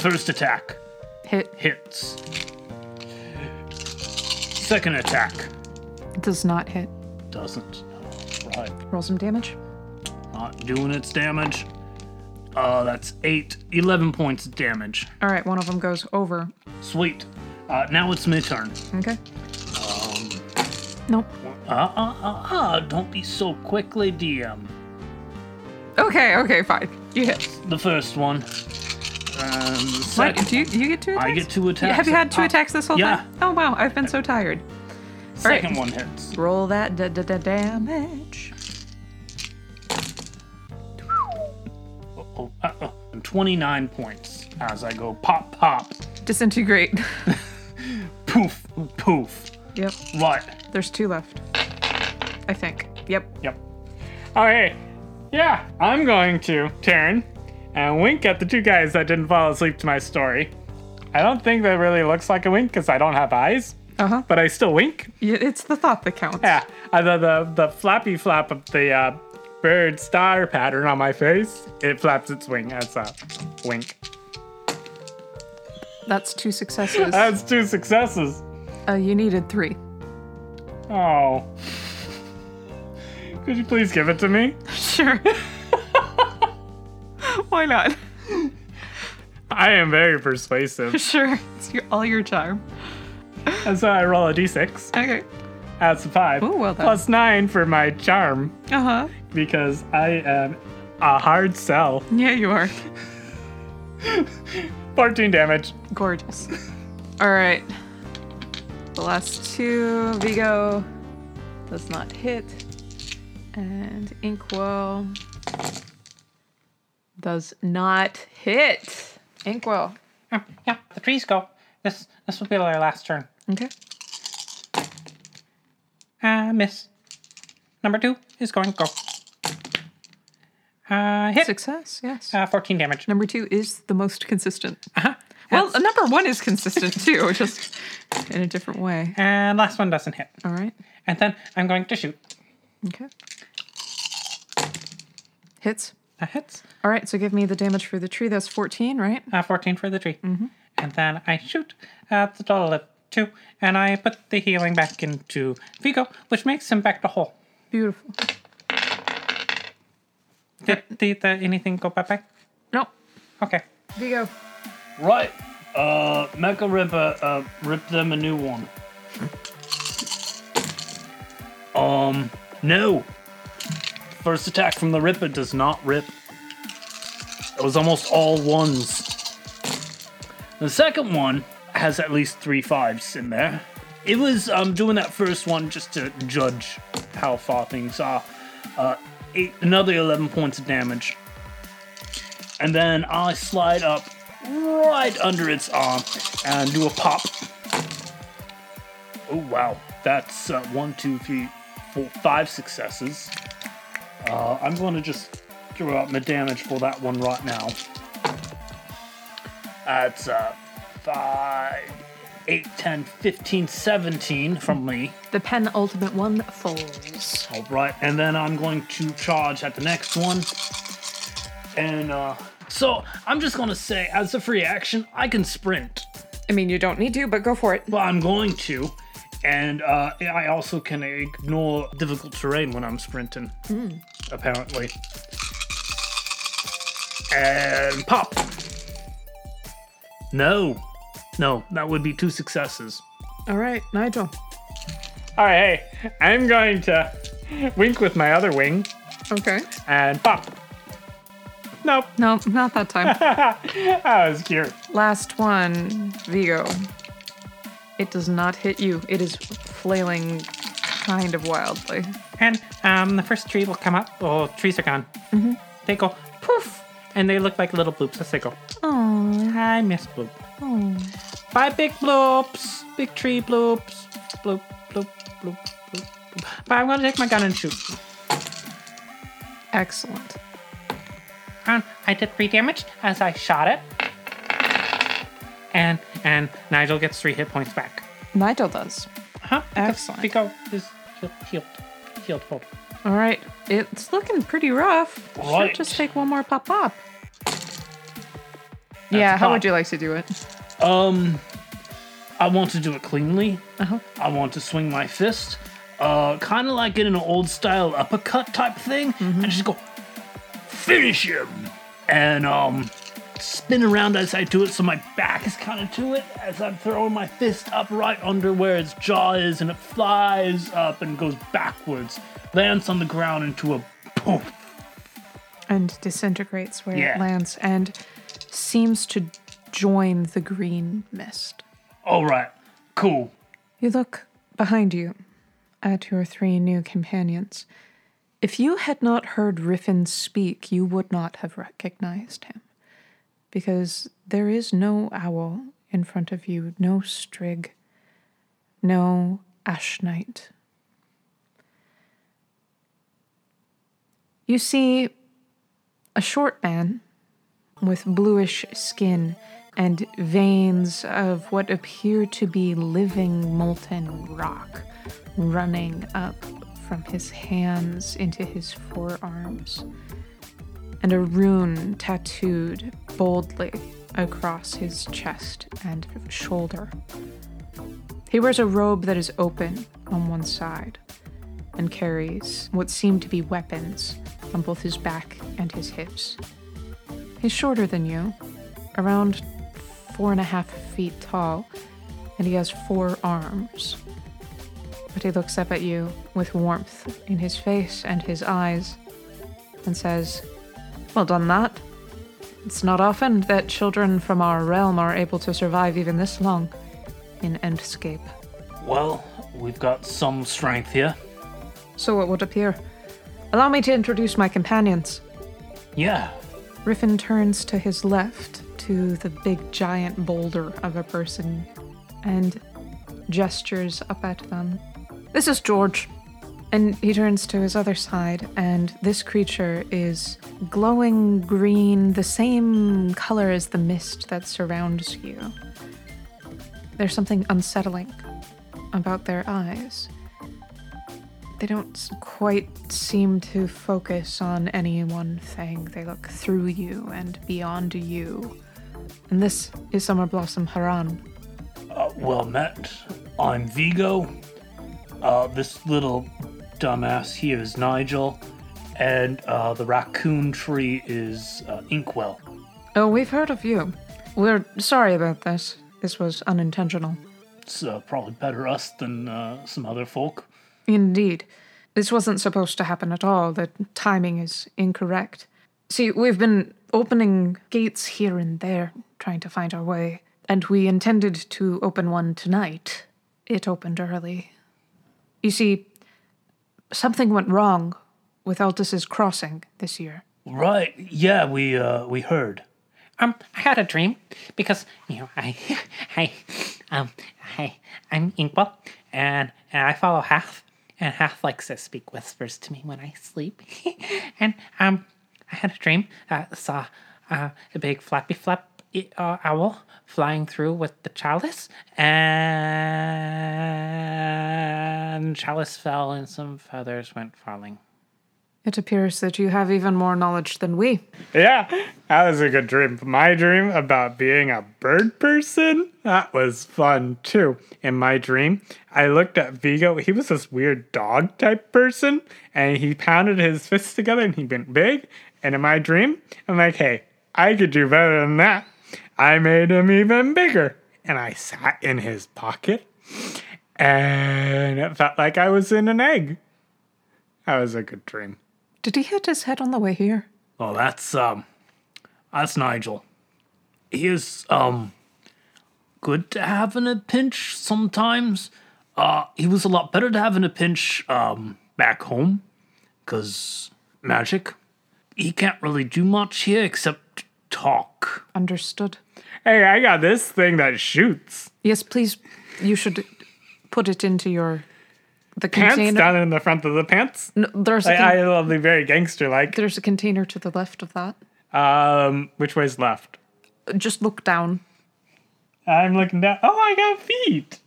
Speaker 3: First attack
Speaker 1: Hit
Speaker 3: hits. Second attack
Speaker 1: does not hit.
Speaker 3: doesn't. Right.
Speaker 1: Roll some damage.
Speaker 3: Not doing its damage. Uh, that's eight, 11 points of damage.
Speaker 1: All right, one of them goes over.
Speaker 3: Sweet. Uh, now it's my turn.
Speaker 1: Okay. Nope.
Speaker 3: Uh, uh, uh, uh, don't be so quickly, DM.
Speaker 1: Okay, okay, fine. You hit.
Speaker 3: The first one. Um,
Speaker 1: What?
Speaker 3: second-
Speaker 1: Do you, you get two attacks?
Speaker 3: I get two attacks.
Speaker 1: Have you had two
Speaker 3: Uh,
Speaker 1: attacks this whole
Speaker 3: yeah.
Speaker 1: time? Oh, wow. I've been so tired. right.
Speaker 3: Second one hits.
Speaker 1: Roll that da- da- da- damage.
Speaker 3: Oh, uh, uh, 29 points as I go pop, pop,
Speaker 1: Disintegrate.
Speaker 3: poof, poof.
Speaker 1: yep.
Speaker 3: Right.
Speaker 1: There's two left. I think. Yep.
Speaker 3: Yep.
Speaker 4: Okay. Oh, Yeah, I'm going to turn and wink at the two guys that didn't fall asleep to my story. I don't think that really looks like a wink because I don't have eyes,
Speaker 1: Uh huh.
Speaker 4: but I still wink.
Speaker 1: It's the thought that counts.
Speaker 4: Yeah, I, the, the the flappy flap of the uh, bird star pattern on my face. It flaps its wing. That's a wink.
Speaker 1: That's two successes.
Speaker 4: That's two successes.
Speaker 1: Uh, you needed three.
Speaker 4: Oh. Could you please give it to me?
Speaker 1: Sure. Why not?
Speaker 4: I am very persuasive.
Speaker 1: Sure. It's your, all your charm.
Speaker 4: And so I roll a d6.
Speaker 1: Okay.
Speaker 4: That's a five.
Speaker 1: Ooh, well done.
Speaker 4: Plus nine for my charm
Speaker 1: Uh huh.
Speaker 4: because I am a hard sell.
Speaker 1: Yeah, you are.
Speaker 4: 14 damage.
Speaker 1: Gorgeous. All right. The last two. Vigo does not hit. And Inkwell does not hit. Inkwell.
Speaker 5: Oh, yeah, the trees go. This this will be our last turn.
Speaker 1: Okay.
Speaker 5: Uh, miss. Number two is going to go. Uh, hit.
Speaker 1: Success, yes.
Speaker 5: Uh, 14 damage.
Speaker 1: Number two is the most consistent. Uh-huh. Well, number one is consistent too, just in a different way.
Speaker 5: And last one doesn't hit.
Speaker 1: All right.
Speaker 5: And then I'm going to shoot.
Speaker 1: Okay. Hits.
Speaker 5: That hits.
Speaker 1: All right, so give me the damage for the tree. That's 14, right?
Speaker 5: Uh, 14 for the tree. And then I shoot at the total of two. And I put the healing back into Vigo, which makes him back to whole.
Speaker 1: Beautiful.
Speaker 5: Did, did the, anything go bye bye?
Speaker 1: No.
Speaker 5: Okay.
Speaker 1: Vigo.
Speaker 3: Right. Uh, Mecha Ripper, uh, rip them a new one. Um, no. First attack from the Ripper does not rip. It was almost all ones. The second one has at least three fives in there. It was um, doing that first one just to judge how far things are. Uh, eight, another 11 points of damage. And then I slide up right under its arm and do a pop. Oh, wow. That's uh, one, two, three, four, five successes. Uh, I'm going to just throw out my damage for that one right now. That's uh, five, eight, 10, 15, 17 from me.
Speaker 1: The penultimate one falls.
Speaker 3: All right, and then I'm going to charge at the next one. And uh, so I'm just going to say, as a free action, I can sprint.
Speaker 1: I mean, you don't need to, but go for it.
Speaker 3: Well, I'm going to. And uh, I also can ignore difficult terrain when I'm sprinting, apparently. And pop! No. No, that would be two successes.
Speaker 1: All right, Nigel.
Speaker 4: All right, hey, I'm going to wink with my other wing
Speaker 1: Okay.
Speaker 4: and pop. Nope,
Speaker 1: No, not that time.
Speaker 4: that was cute.
Speaker 1: Last one, Vigo. It does not hit you. It is flailing kind of wildly.
Speaker 4: Mm-hmm.
Speaker 5: And um, the first tree will come up. Oh, trees are gone. They go poof, and they look like little bloops as they go.
Speaker 1: Oh,
Speaker 5: I miss bloop. Bye, big bloops, big tree bloops, bloop, bloop, bloop, bloop. bloop. Bye, I'm gonna take my gun and shoot.
Speaker 1: excellent.
Speaker 5: Um, I did three damage as I shot it, and and Nigel gets three hit points back.
Speaker 1: Nigel does.
Speaker 5: Huh?
Speaker 1: Excellent.
Speaker 5: Because is healed, healed, healed full.
Speaker 1: All right, it's looking pretty rough.
Speaker 3: Right.
Speaker 1: Should just take one more pop pop. yeah, how
Speaker 3: pop.
Speaker 1: would you like to do it?
Speaker 3: Um, I want to do it cleanly.
Speaker 1: Uh-huh.
Speaker 3: I want to swing my fist, uh, kind of like in an old style uppercut type thing, and just go finish him, and um, spin around as I do it, so my back is kind of to it as I'm throwing my fist up right under where its jaw is, and it flies up and goes backwards, lands on the ground into a poof.
Speaker 1: And disintegrates where
Speaker 3: Yeah.
Speaker 1: it lands and seems to join the green mist.
Speaker 3: All right, cool.
Speaker 1: You look behind you at your three new companions. If you had not heard Riffin speak, you would not have recognized him. Because there is no owl in front of you, no strig, no ash knight. You see a short man with bluish skin and veins of what appear to be living molten rock running up from his hands into his forearms, and a rune tattooed boldly across his chest and shoulder. He wears a robe that is open on one side and carries what seem to be weapons on both his back and his hips. He's shorter than you, around four and a half feet tall, and he has four arms. But he looks up at you with warmth in his face and his eyes and says, Well done, that. It's not often that children from our realm are able to survive even this long in Endscape.
Speaker 3: Well, we've got some strength here.
Speaker 1: So it would appear. Allow me to introduce my companions.
Speaker 3: Yeah,
Speaker 1: Riffin turns to his left to the big giant boulder of a person and gestures up at them. This is George. And he turns to his other side, and this creature is glowing green, the same color as the mist that surrounds you. There's something unsettling about their eyes. They don't s- quite seem to focus on any one thing. They look through you and beyond you. And this is Summer Blossom Haran.
Speaker 3: Uh, well met. I'm Vigo. Uh, this little dumbass here is Nigel. And uh, the raccoon tree is uh, Inkwell.
Speaker 1: Oh, we've heard of you. We're sorry about this. This was unintentional.
Speaker 3: It's uh, probably better us than uh, some other folk.
Speaker 1: Indeed. This wasn't supposed to happen at all. The timing is incorrect. See, we've been opening gates here and there, trying to find our way, and we intended to open one tonight. It opened early. You see, something went wrong with Altus's crossing this year.
Speaker 3: Right? Yeah, we uh, we heard.
Speaker 5: Um, I had a dream because you know I, I, um, I, I'm Inkwell, and and I follow Half, and Half likes to speak whispers to me when I sleep, and um, I had a dream. I saw uh, a big flappy flap i- uh, owl flying through with the chalice, and chalice fell, and some feathers went falling.
Speaker 1: It appears that you have even more knowledge than we.
Speaker 4: Yeah, that was a good dream. My dream about being a bird person, that was fun too. In my dream, I looked at Vigo. He was this weird dog type person, and he pounded his fists together and he went big. And in my dream, I'm like, hey, I could do better than that. I made him even bigger. And I sat in his pocket, and it felt like I was in an egg. That was a good dream.
Speaker 1: Did he hit his head on the way here?
Speaker 3: Oh, that's um, that's Nigel. He is um, good to have in a pinch sometimes. Uh, he was a lot better to have in a pinch um back home, cause magic. he can't really do much here except talk.
Speaker 1: Understood.
Speaker 4: Hey, I got this thing that shoots.
Speaker 1: Yes, please. You should put it into your the
Speaker 4: Pants
Speaker 1: container.
Speaker 4: down in the front of the pants.
Speaker 1: No, there's a
Speaker 4: I,
Speaker 1: con-
Speaker 4: I love the very gangster like.
Speaker 1: there's a container to the left of that.
Speaker 4: Um, which way's left?
Speaker 1: Just look down.
Speaker 4: I'm looking down. Oh, I got feet.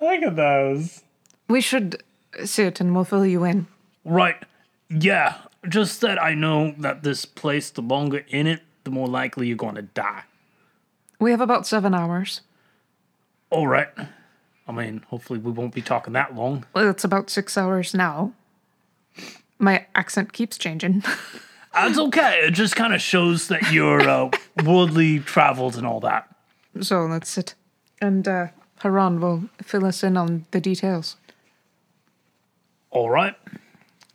Speaker 4: Look at those.
Speaker 1: We should sit and we'll fill you in.
Speaker 3: Right. Yeah. Just that I know that this place, the longer in it, the more likely you're going to die.
Speaker 1: We have about seven hours.
Speaker 3: All right. I mean, hopefully we won't be talking that long.
Speaker 1: Well, it's about six hours now. My accent keeps changing.
Speaker 3: That's okay. It just kind of shows that you're uh, worldly traveled and all that.
Speaker 1: so let's sit. And uh, Haran will fill us in on the details.
Speaker 3: All right.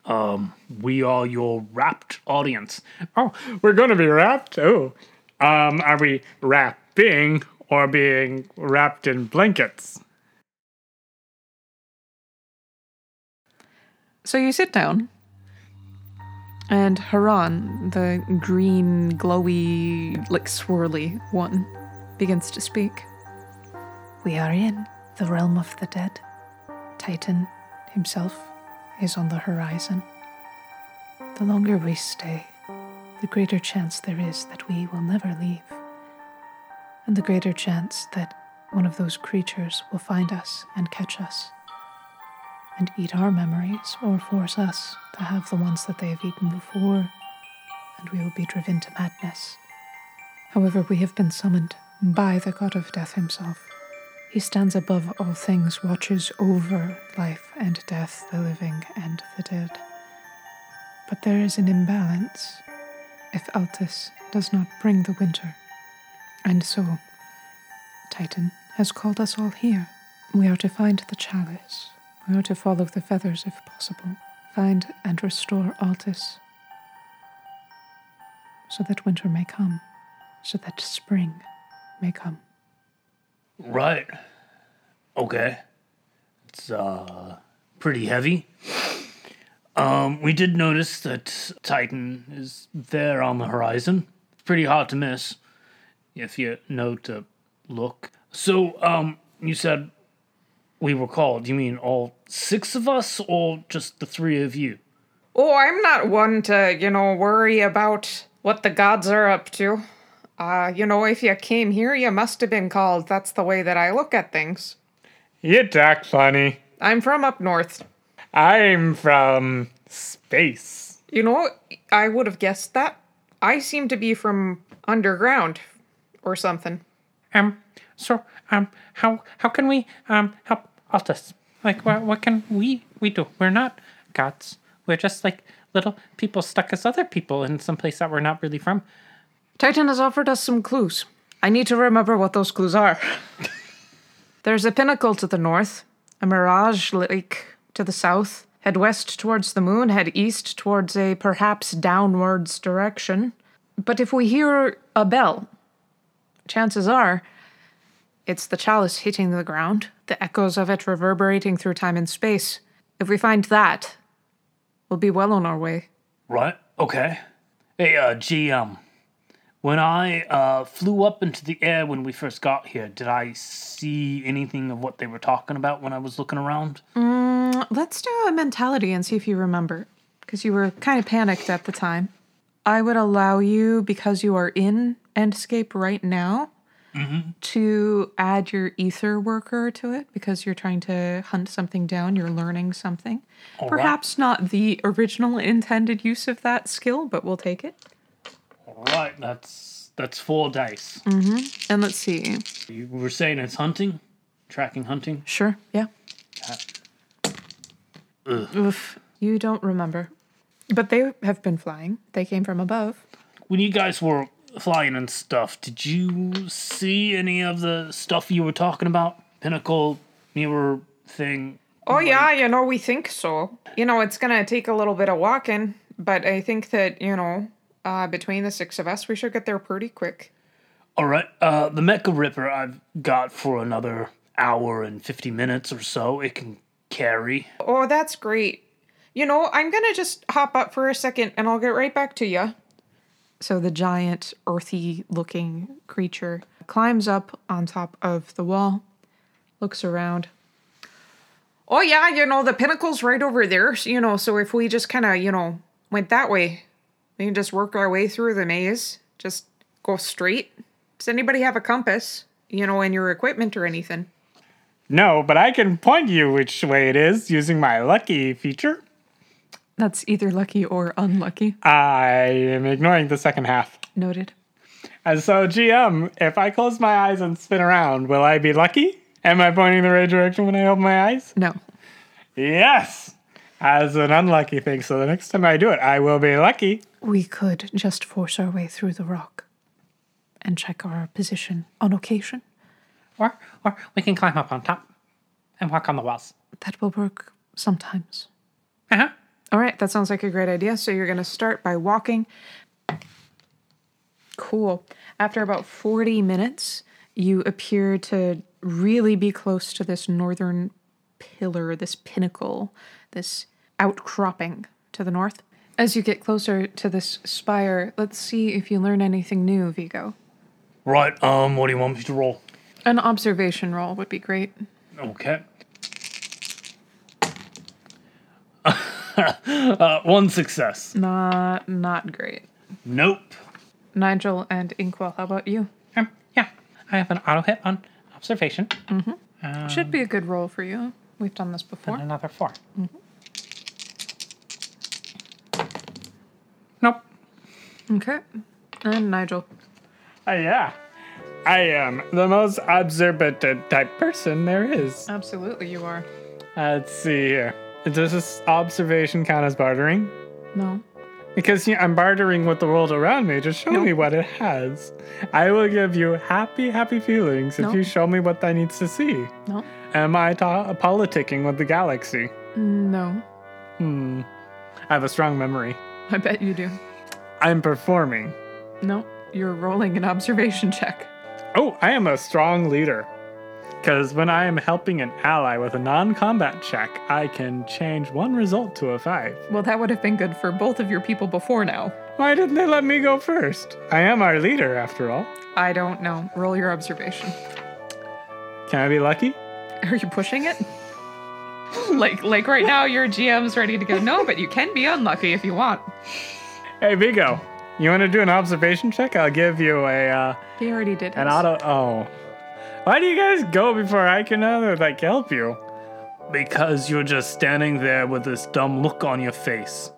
Speaker 3: Um, we are your rapt audience.
Speaker 4: Oh, we're gonna be wrapped. Oh, um, are we wrapping or being wrapped in blankets?
Speaker 1: So you sit down. And Haran, the green, glowy, like swirly one, begins to speak. We are in the realm of the dead. Titan himself is on the horizon. The longer we stay, the greater chance there is that we will never leave. And the greater chance that one of those creatures will find us and catch us and eat our memories or force us to have the ones that they have eaten before, and we will be driven to madness. However, we have been summoned by the God of Death himself. He stands above all things, watches over life and death, the living and the dead. But there is an imbalance if Altus does not bring the winter. And so, Titan has called us all here. We are to find the chalice. We are to follow the feathers if possible. Find and restore Altus. So that winter may come. So that spring may come.
Speaker 3: Right. Okay. It's uh pretty heavy. Um, we did notice that Titan is there on the horizon. Pretty hard to miss if you know to look. So, um, you said we were called. You mean all six of us or just the three of you?
Speaker 1: Oh, I'm not one to, you know, worry about what the gods are up to. Uh, you know, if you came here, you must have been called. That's the way that I look at things.
Speaker 4: You talk funny.
Speaker 1: I'm from up north.
Speaker 4: I'm from space.
Speaker 1: You know, I would have guessed that. I seem to be from underground or something.
Speaker 5: Um, so, um, how how can we um help Altus? Like, what what can we we do? We're not gods. We're just like little people stuck as other people in some place that we're not really from.
Speaker 1: Titan has offered us some clues. I need to remember what those clues are. There's a pinnacle to the north, a mirage lake to the south. Head west towards the moon, head east towards a perhaps downwards direction. But if we hear a bell, chances are it's the chalice hitting the ground, the echoes of it reverberating through time and space. If we find that, we'll be well on our way.
Speaker 3: Right. Okay. Hey, uh, GM. When I uh, flew up into the air when we first got here, did I see anything of what they were talking about when I was looking around?
Speaker 1: Let's do a mentality and see if you remember, because you were kind of panicked at the time. I would allow you, because you are in Endscape right now, to add your ether worker to it because you're trying to hunt something down, you're learning something. Perhaps not the original intended use of that skill, but we'll take it.
Speaker 3: All right. That's that's four dice.
Speaker 1: And let's see.
Speaker 3: You were saying it's hunting, tracking hunting.
Speaker 1: Sure, yeah. Oof. You don't remember. But they have been flying, they came from above.
Speaker 3: When you guys were flying and stuff, did you see any of the stuff you were talking about? Pinnacle, mirror thing.
Speaker 1: Oh yeah, you know, we think so. You know, it's gonna take a little bit of walking, but I think that, you know, uh, between the six of us, we should get there pretty quick.
Speaker 3: All right. Uh, the Mecha Ripper I've got for another hour and 50 minutes or so. It can carry.
Speaker 1: Oh, that's great.
Speaker 6: you know, I'm gonna just hop up for a second and I'll get right back to you. So the giant, earthy looking creature climbs up on top of the wall, looks around. Oh, yeah, you know, the pinnacle's right over there. So, you know, so if we just kind of, you know, went that way, we can just work our way through the maze. Just go straight. Does anybody have a compass, you know, in your equipment or anything?
Speaker 4: No, but I can point you which way it is using my lucky feature.
Speaker 6: That's either lucky or unlucky.
Speaker 4: I am ignoring the second half.
Speaker 6: Noted.
Speaker 4: And so, GM, if I close my eyes and spin around, will I be lucky? Am I pointing the right direction when I open my eyes?
Speaker 6: No.
Speaker 4: Yes! As an unlucky thing. So the next time I do it, I will be lucky.
Speaker 6: We could just force our way through the rock and check our position on occasion.
Speaker 5: Or, or we can climb up on top and walk on the walls.
Speaker 6: That will work sometimes.
Speaker 5: Uh huh.
Speaker 6: All right, that sounds like a great idea. So you're going to start by walking. Cool. After about 40 minutes, you appear to really be close to this northern pillar, this pinnacle, this outcropping to the north. As you get closer to this spire, let's see if you learn anything new, Vigo.
Speaker 3: Right, um, what do you want me to roll?
Speaker 6: An observation roll would be great.
Speaker 3: Okay. uh, one success.
Speaker 6: Not Uh, not great.
Speaker 3: Nope.
Speaker 6: Nigel and Inkwell, how about you?
Speaker 5: Um, yeah, I have an auto hit on observation
Speaker 6: Should be a good roll for you. We've done this
Speaker 5: and
Speaker 6: before.
Speaker 5: another 4 Nope.
Speaker 6: Okay. And Nigel.
Speaker 4: Uh, yeah. I am the most observant type person there is.
Speaker 6: Absolutely you are.
Speaker 4: Uh, let's see here. Does this observation count as bartering?
Speaker 6: No.
Speaker 4: Because you know, I'm bartering with the world around me. Just show me what it has. I will give you happy, happy feelings if
Speaker 6: No.
Speaker 4: you show me what I needs to see.
Speaker 6: No.
Speaker 4: Am I ta- politicking with the galaxy?
Speaker 6: No.
Speaker 4: Hmm. I have a strong memory.
Speaker 6: I bet you do.
Speaker 4: I'm performing.
Speaker 6: No. You're rolling an observation check.
Speaker 4: Oh, I am a strong leader. Because when I am helping an ally with a non combat check, I can change one result to a five.
Speaker 6: Well, that would have been good for both of your people before now.
Speaker 4: Why didn't they let me go first? I am our leader, after all.
Speaker 6: I don't know. Roll your observation.
Speaker 4: Can I be lucky?
Speaker 6: Are you pushing it? like like right now your GM's ready to go. No, but you can be unlucky if you want.
Speaker 4: Hey, Vigo, you want to do an observation check? I'll give you a uh,
Speaker 6: He already did.
Speaker 4: an
Speaker 6: his.
Speaker 4: auto. Oh, why do you guys go before I can uh, like help you?
Speaker 3: Because you're just standing there with this dumb look on your face.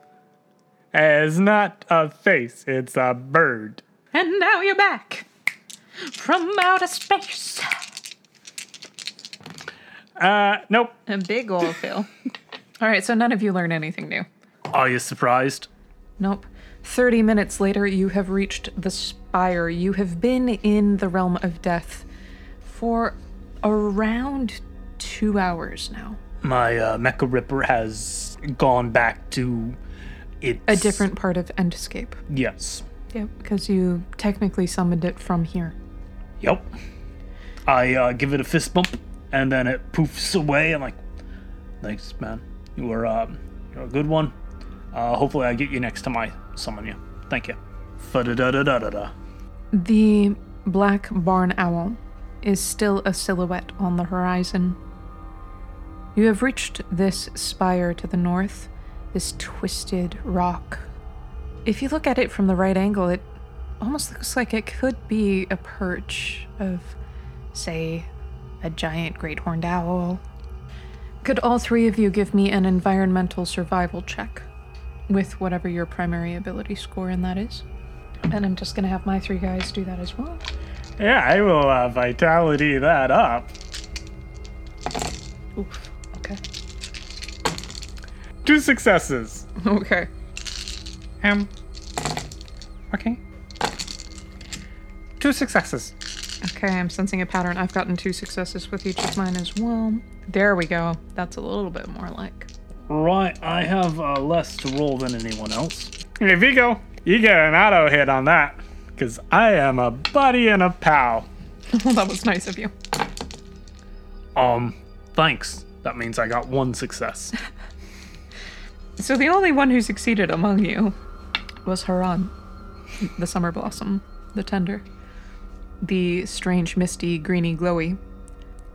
Speaker 4: Hey, it's not a face; it's a bird.
Speaker 6: And now you're back from outer space.
Speaker 4: Uh, nope.
Speaker 6: A big old fail. All right, so none of you learn anything new.
Speaker 3: Are you surprised?
Speaker 6: Nope. 30 minutes later, you have reached the spire. You have been in the realm of death for around two hours now.
Speaker 3: My uh, Mecha Ripper has gone back to its.
Speaker 6: A different part of Endscape.
Speaker 3: Yes.
Speaker 6: Yep, because you technically summoned it from here.
Speaker 3: Yep. I uh, give it a fist bump, and then it poofs away. I'm like, thanks, man. You were um, you're a good one. Uh, hopefully, I get you next time I summon you. Thank you. Fa da da da da da.
Speaker 6: The black barn owl is still a silhouette on the horizon. You have reached this spire to the north, this twisted rock. If you look at it from the right angle, it almost looks like it could be a perch of, say, a giant great horned owl. Could all three of you give me an environmental survival check with whatever your primary ability score in that is? And I'm just gonna have my three guys do that as well.
Speaker 4: Yeah, I will uh, vitality that up.
Speaker 6: Oof. Okay.
Speaker 4: Two successes.
Speaker 6: Okay.
Speaker 5: Um. Okay. Two successes.
Speaker 6: Okay, I'm sensing a pattern. I've gotten two successes with each of mine as well. There we go. That's a little bit more like.
Speaker 3: Right, I have uh, less to roll than anyone else.
Speaker 4: Hey, Vigo, you get an auto hit on that, cause I am a buddy and a pal.
Speaker 6: well, that was nice of you.
Speaker 3: Um, thanks. That means I got one success.
Speaker 6: So the only one who succeeded among you was Haran, the summer blossom, the tender, the strange, misty, greeny, glowy.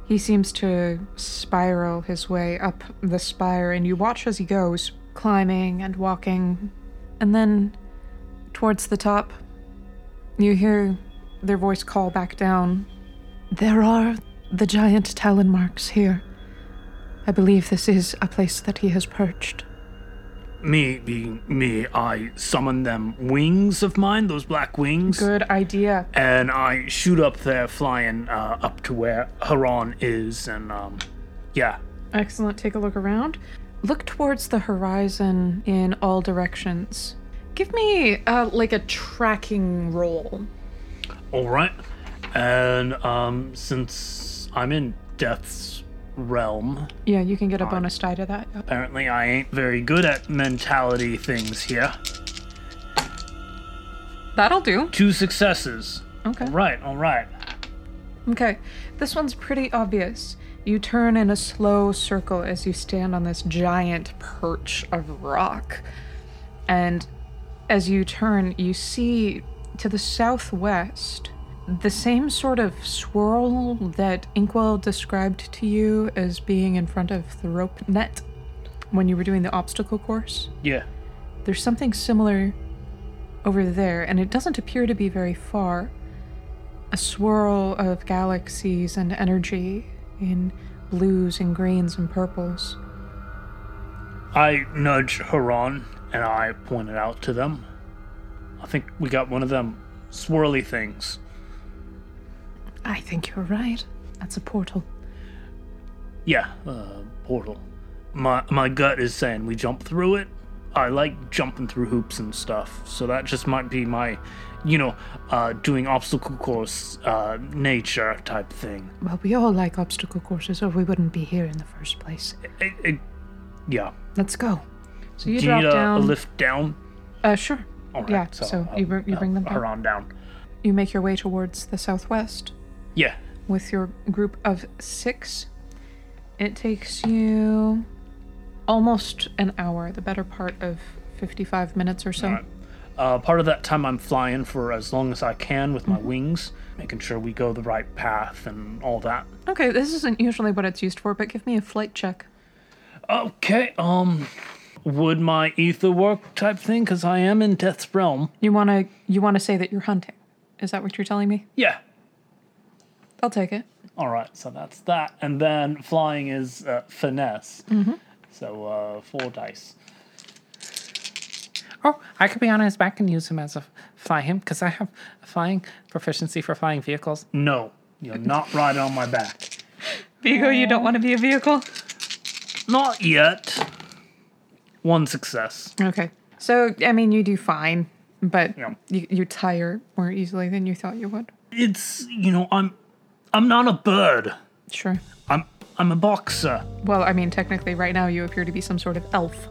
Speaker 6: He seems to spiral his way up the spire, and you watch as he goes, climbing and walking. And then, towards the top, you hear their voice call back down. There are the giant talon marks here. I believe this is a place that he has perched.
Speaker 3: Me being me, I summon them wings of mine, those black wings,
Speaker 6: Good idea.
Speaker 3: and I shoot up there, flying uh, up to where Haran is, and um, yeah,
Speaker 6: Excellent. Take a look around. Look towards the horizon in all directions. Give me uh, like a tracking roll.
Speaker 3: all right. And um, since I'm in Death's realm,
Speaker 6: Yeah, you can get a bonus die to that.
Speaker 3: apparently I ain't very good at mentality things here.
Speaker 6: That'll do.
Speaker 3: Two successes.
Speaker 6: Okay.
Speaker 3: All right, all right.
Speaker 6: Okay. This one's pretty obvious. You turn in a slow circle as you stand on this giant perch of rock. And as you turn, you see to the southwest the same sort of swirl that Inkwell described to you as being in front of the rope net when you were doing the obstacle course.
Speaker 3: Yeah.
Speaker 6: There's something similar over there, and it doesn't appear to be very far. A swirl of galaxies and energy in blues and greens and purples.
Speaker 3: I nudge Haran and I point it out to them. I think we got one of them swirly things.
Speaker 6: I think you're right. That's a portal.
Speaker 3: Yeah, uh, portal. My my gut is saying we jump through it. I like jumping through hoops and stuff, so that just might be my, you know, uh, doing obstacle course uh, nature type thing.
Speaker 6: Well, we all like obstacle courses, or we wouldn't be here in the first place.
Speaker 3: It, it, yeah.
Speaker 6: Let's go. So you
Speaker 3: Do you
Speaker 6: drop
Speaker 3: need a,
Speaker 6: down.
Speaker 3: a lift down?
Speaker 6: Uh, sure.
Speaker 3: All right,
Speaker 6: yeah. So, you bring, you
Speaker 3: uh,
Speaker 6: bring them down.
Speaker 3: Haran down.
Speaker 6: You make your way towards the southwest.
Speaker 3: Yeah.
Speaker 6: with your group of six. It takes you almost an hour, the better part of 55 minutes or so.
Speaker 3: Alright. Uh, part of that time I'm flying for as long as I can with
Speaker 6: Mm-hmm.
Speaker 3: my wings, making sure we go the right path and all that.
Speaker 6: Okay, this isn't usually what it's used for, but give me a flight check.
Speaker 3: Okay, um, would my ether work type thing? Because I am in Death's Realm.
Speaker 6: You want to you want to say that you're hunting. Is that what you're telling me?
Speaker 3: Yeah.
Speaker 6: I'll take it.
Speaker 3: All right, so that's that. And then flying is uh, finesse.
Speaker 6: Mm-hmm.
Speaker 3: So uh, four dice.
Speaker 5: Oh, I could be on his back and use him as a fly him because I have flying proficiency for flying vehicles.
Speaker 3: No, you're not riding on my back.
Speaker 6: Vigo, you don't want to be a vehicle?
Speaker 3: Not yet. One success.
Speaker 6: Okay. So, I mean, you do fine, but
Speaker 3: Yeah.
Speaker 6: you, you tire more easily than you thought you would.
Speaker 3: It's you know I'm, I'm not a bird.
Speaker 6: Sure.
Speaker 3: I'm I'm a boxer.
Speaker 6: Well, I mean, technically right now you appear to be some sort of elf.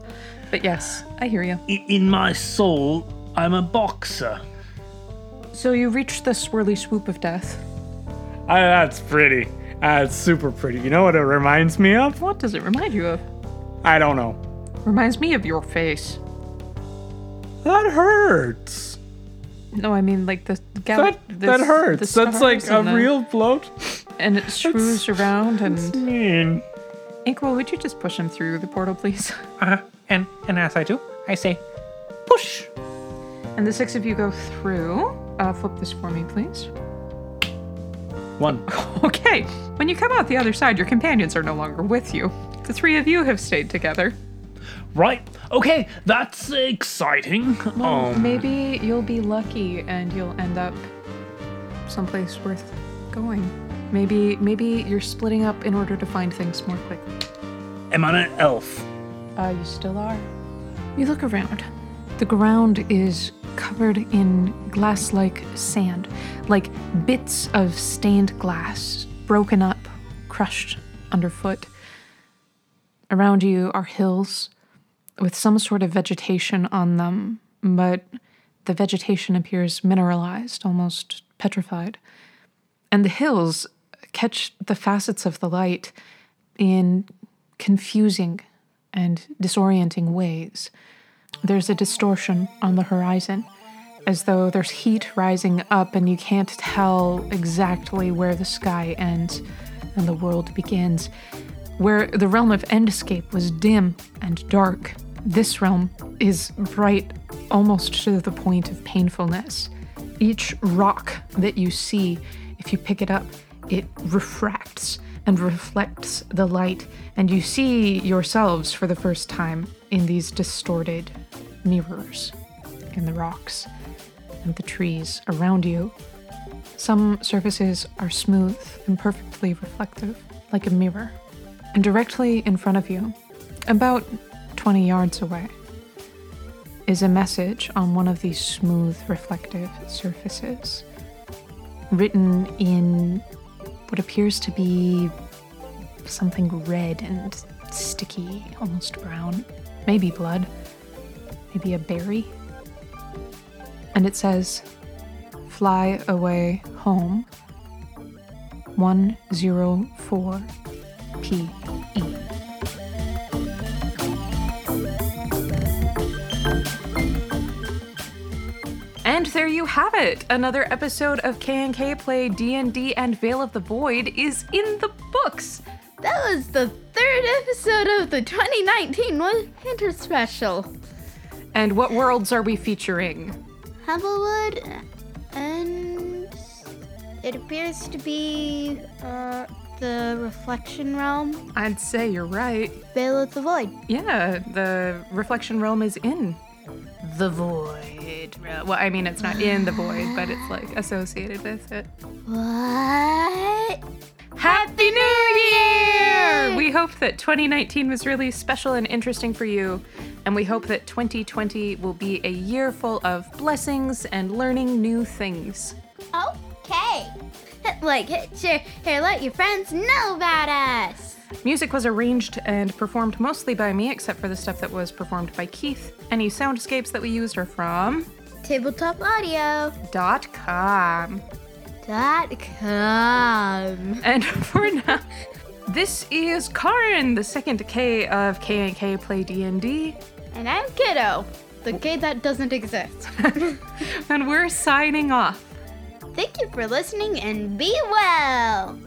Speaker 6: But yes, I hear you.
Speaker 3: I- in my soul, I'm a boxer.
Speaker 6: So you reach the swirly swoop of death.
Speaker 4: Ah, that's pretty. That's super pretty. You know what it reminds me of?
Speaker 6: What does it remind you of?
Speaker 4: I don't know.
Speaker 6: Reminds me of your face.
Speaker 4: That hurts.
Speaker 6: No, I mean like the gal-
Speaker 4: That
Speaker 6: the
Speaker 4: that
Speaker 6: s- the
Speaker 4: hurts. That's like
Speaker 6: stars
Speaker 4: a
Speaker 6: and the-
Speaker 4: real bloat.
Speaker 6: And it shrews around and
Speaker 4: Mean.
Speaker 6: Inkwell, would you just push him through the portal, please?
Speaker 5: Uh, and and as I do, I say, push.
Speaker 6: And the six of you go through. Uh, flip this for me, please.
Speaker 4: One.
Speaker 6: Okay. When you come out the other side, your companions are no longer with you. The three of you have stayed together.
Speaker 3: Right? Okay, that's exciting. um,
Speaker 6: Maybe you'll be lucky and you'll end up someplace worth going. Maybe maybe you're splitting up in order to find things more quickly.
Speaker 3: am I an elf?
Speaker 6: Uh, you still are. You look around. The ground is covered in glass like sand, like bits of stained glass, broken up, crushed underfoot. Around you are hills with some sort of vegetation on them, but the vegetation appears mineralized, almost petrified. And the hills catch the facets of the light in confusing
Speaker 1: and disorienting ways. There's a distortion on the horizon, as though there's heat rising up and you can't tell exactly where the sky ends and the world begins. Where the realm of Endescape was dim and dark, this realm is bright almost to the point of painfulness. Each rock that you see, if you pick it up, it refracts and reflects the light, and you see yourselves for the first time in these distorted mirrors in the rocks and the trees around you. Some surfaces are smooth and perfectly reflective, like a mirror. And directly in front of you, about 20 yards away, is a message on one of these smooth, reflective surfaces. Written in what appears to be something red and sticky, almost brown. Maybe blood. Maybe a berry. And it says, Fly away home 104PE. And there you have it. Another episode of K&K Play D&D and Veil of the Void is in the books.
Speaker 2: That was the third episode of the 2019 Winter Special.
Speaker 1: And what worlds are we featuring?
Speaker 2: Havelwood, and it appears to be uh, the Reflection Realm,
Speaker 1: I'd say you're right.
Speaker 2: Veil of the Void.
Speaker 1: Yeah, the reflection realm is in the void. Well, I mean, it's not in the void, but it's like associated with it.
Speaker 2: What?
Speaker 1: Happy New Year! We hope that 2019 was really special and interesting for you, and we hope that 2020 will be a year full of blessings and learning new things.
Speaker 2: Okay. like, share, here, let your friends know about us.
Speaker 1: Music was arranged and performed mostly by me, except for the stuff that was performed by Keith. Any soundscapes that we used are from
Speaker 2: Tabletopaudio.com.
Speaker 1: dot .com. And for now, this is Karin, the second K of K and K Play D and D,
Speaker 2: And I'm Kiddo, the kid that doesn't exist.
Speaker 1: and we're signing off.
Speaker 2: Thank you for listening and be well.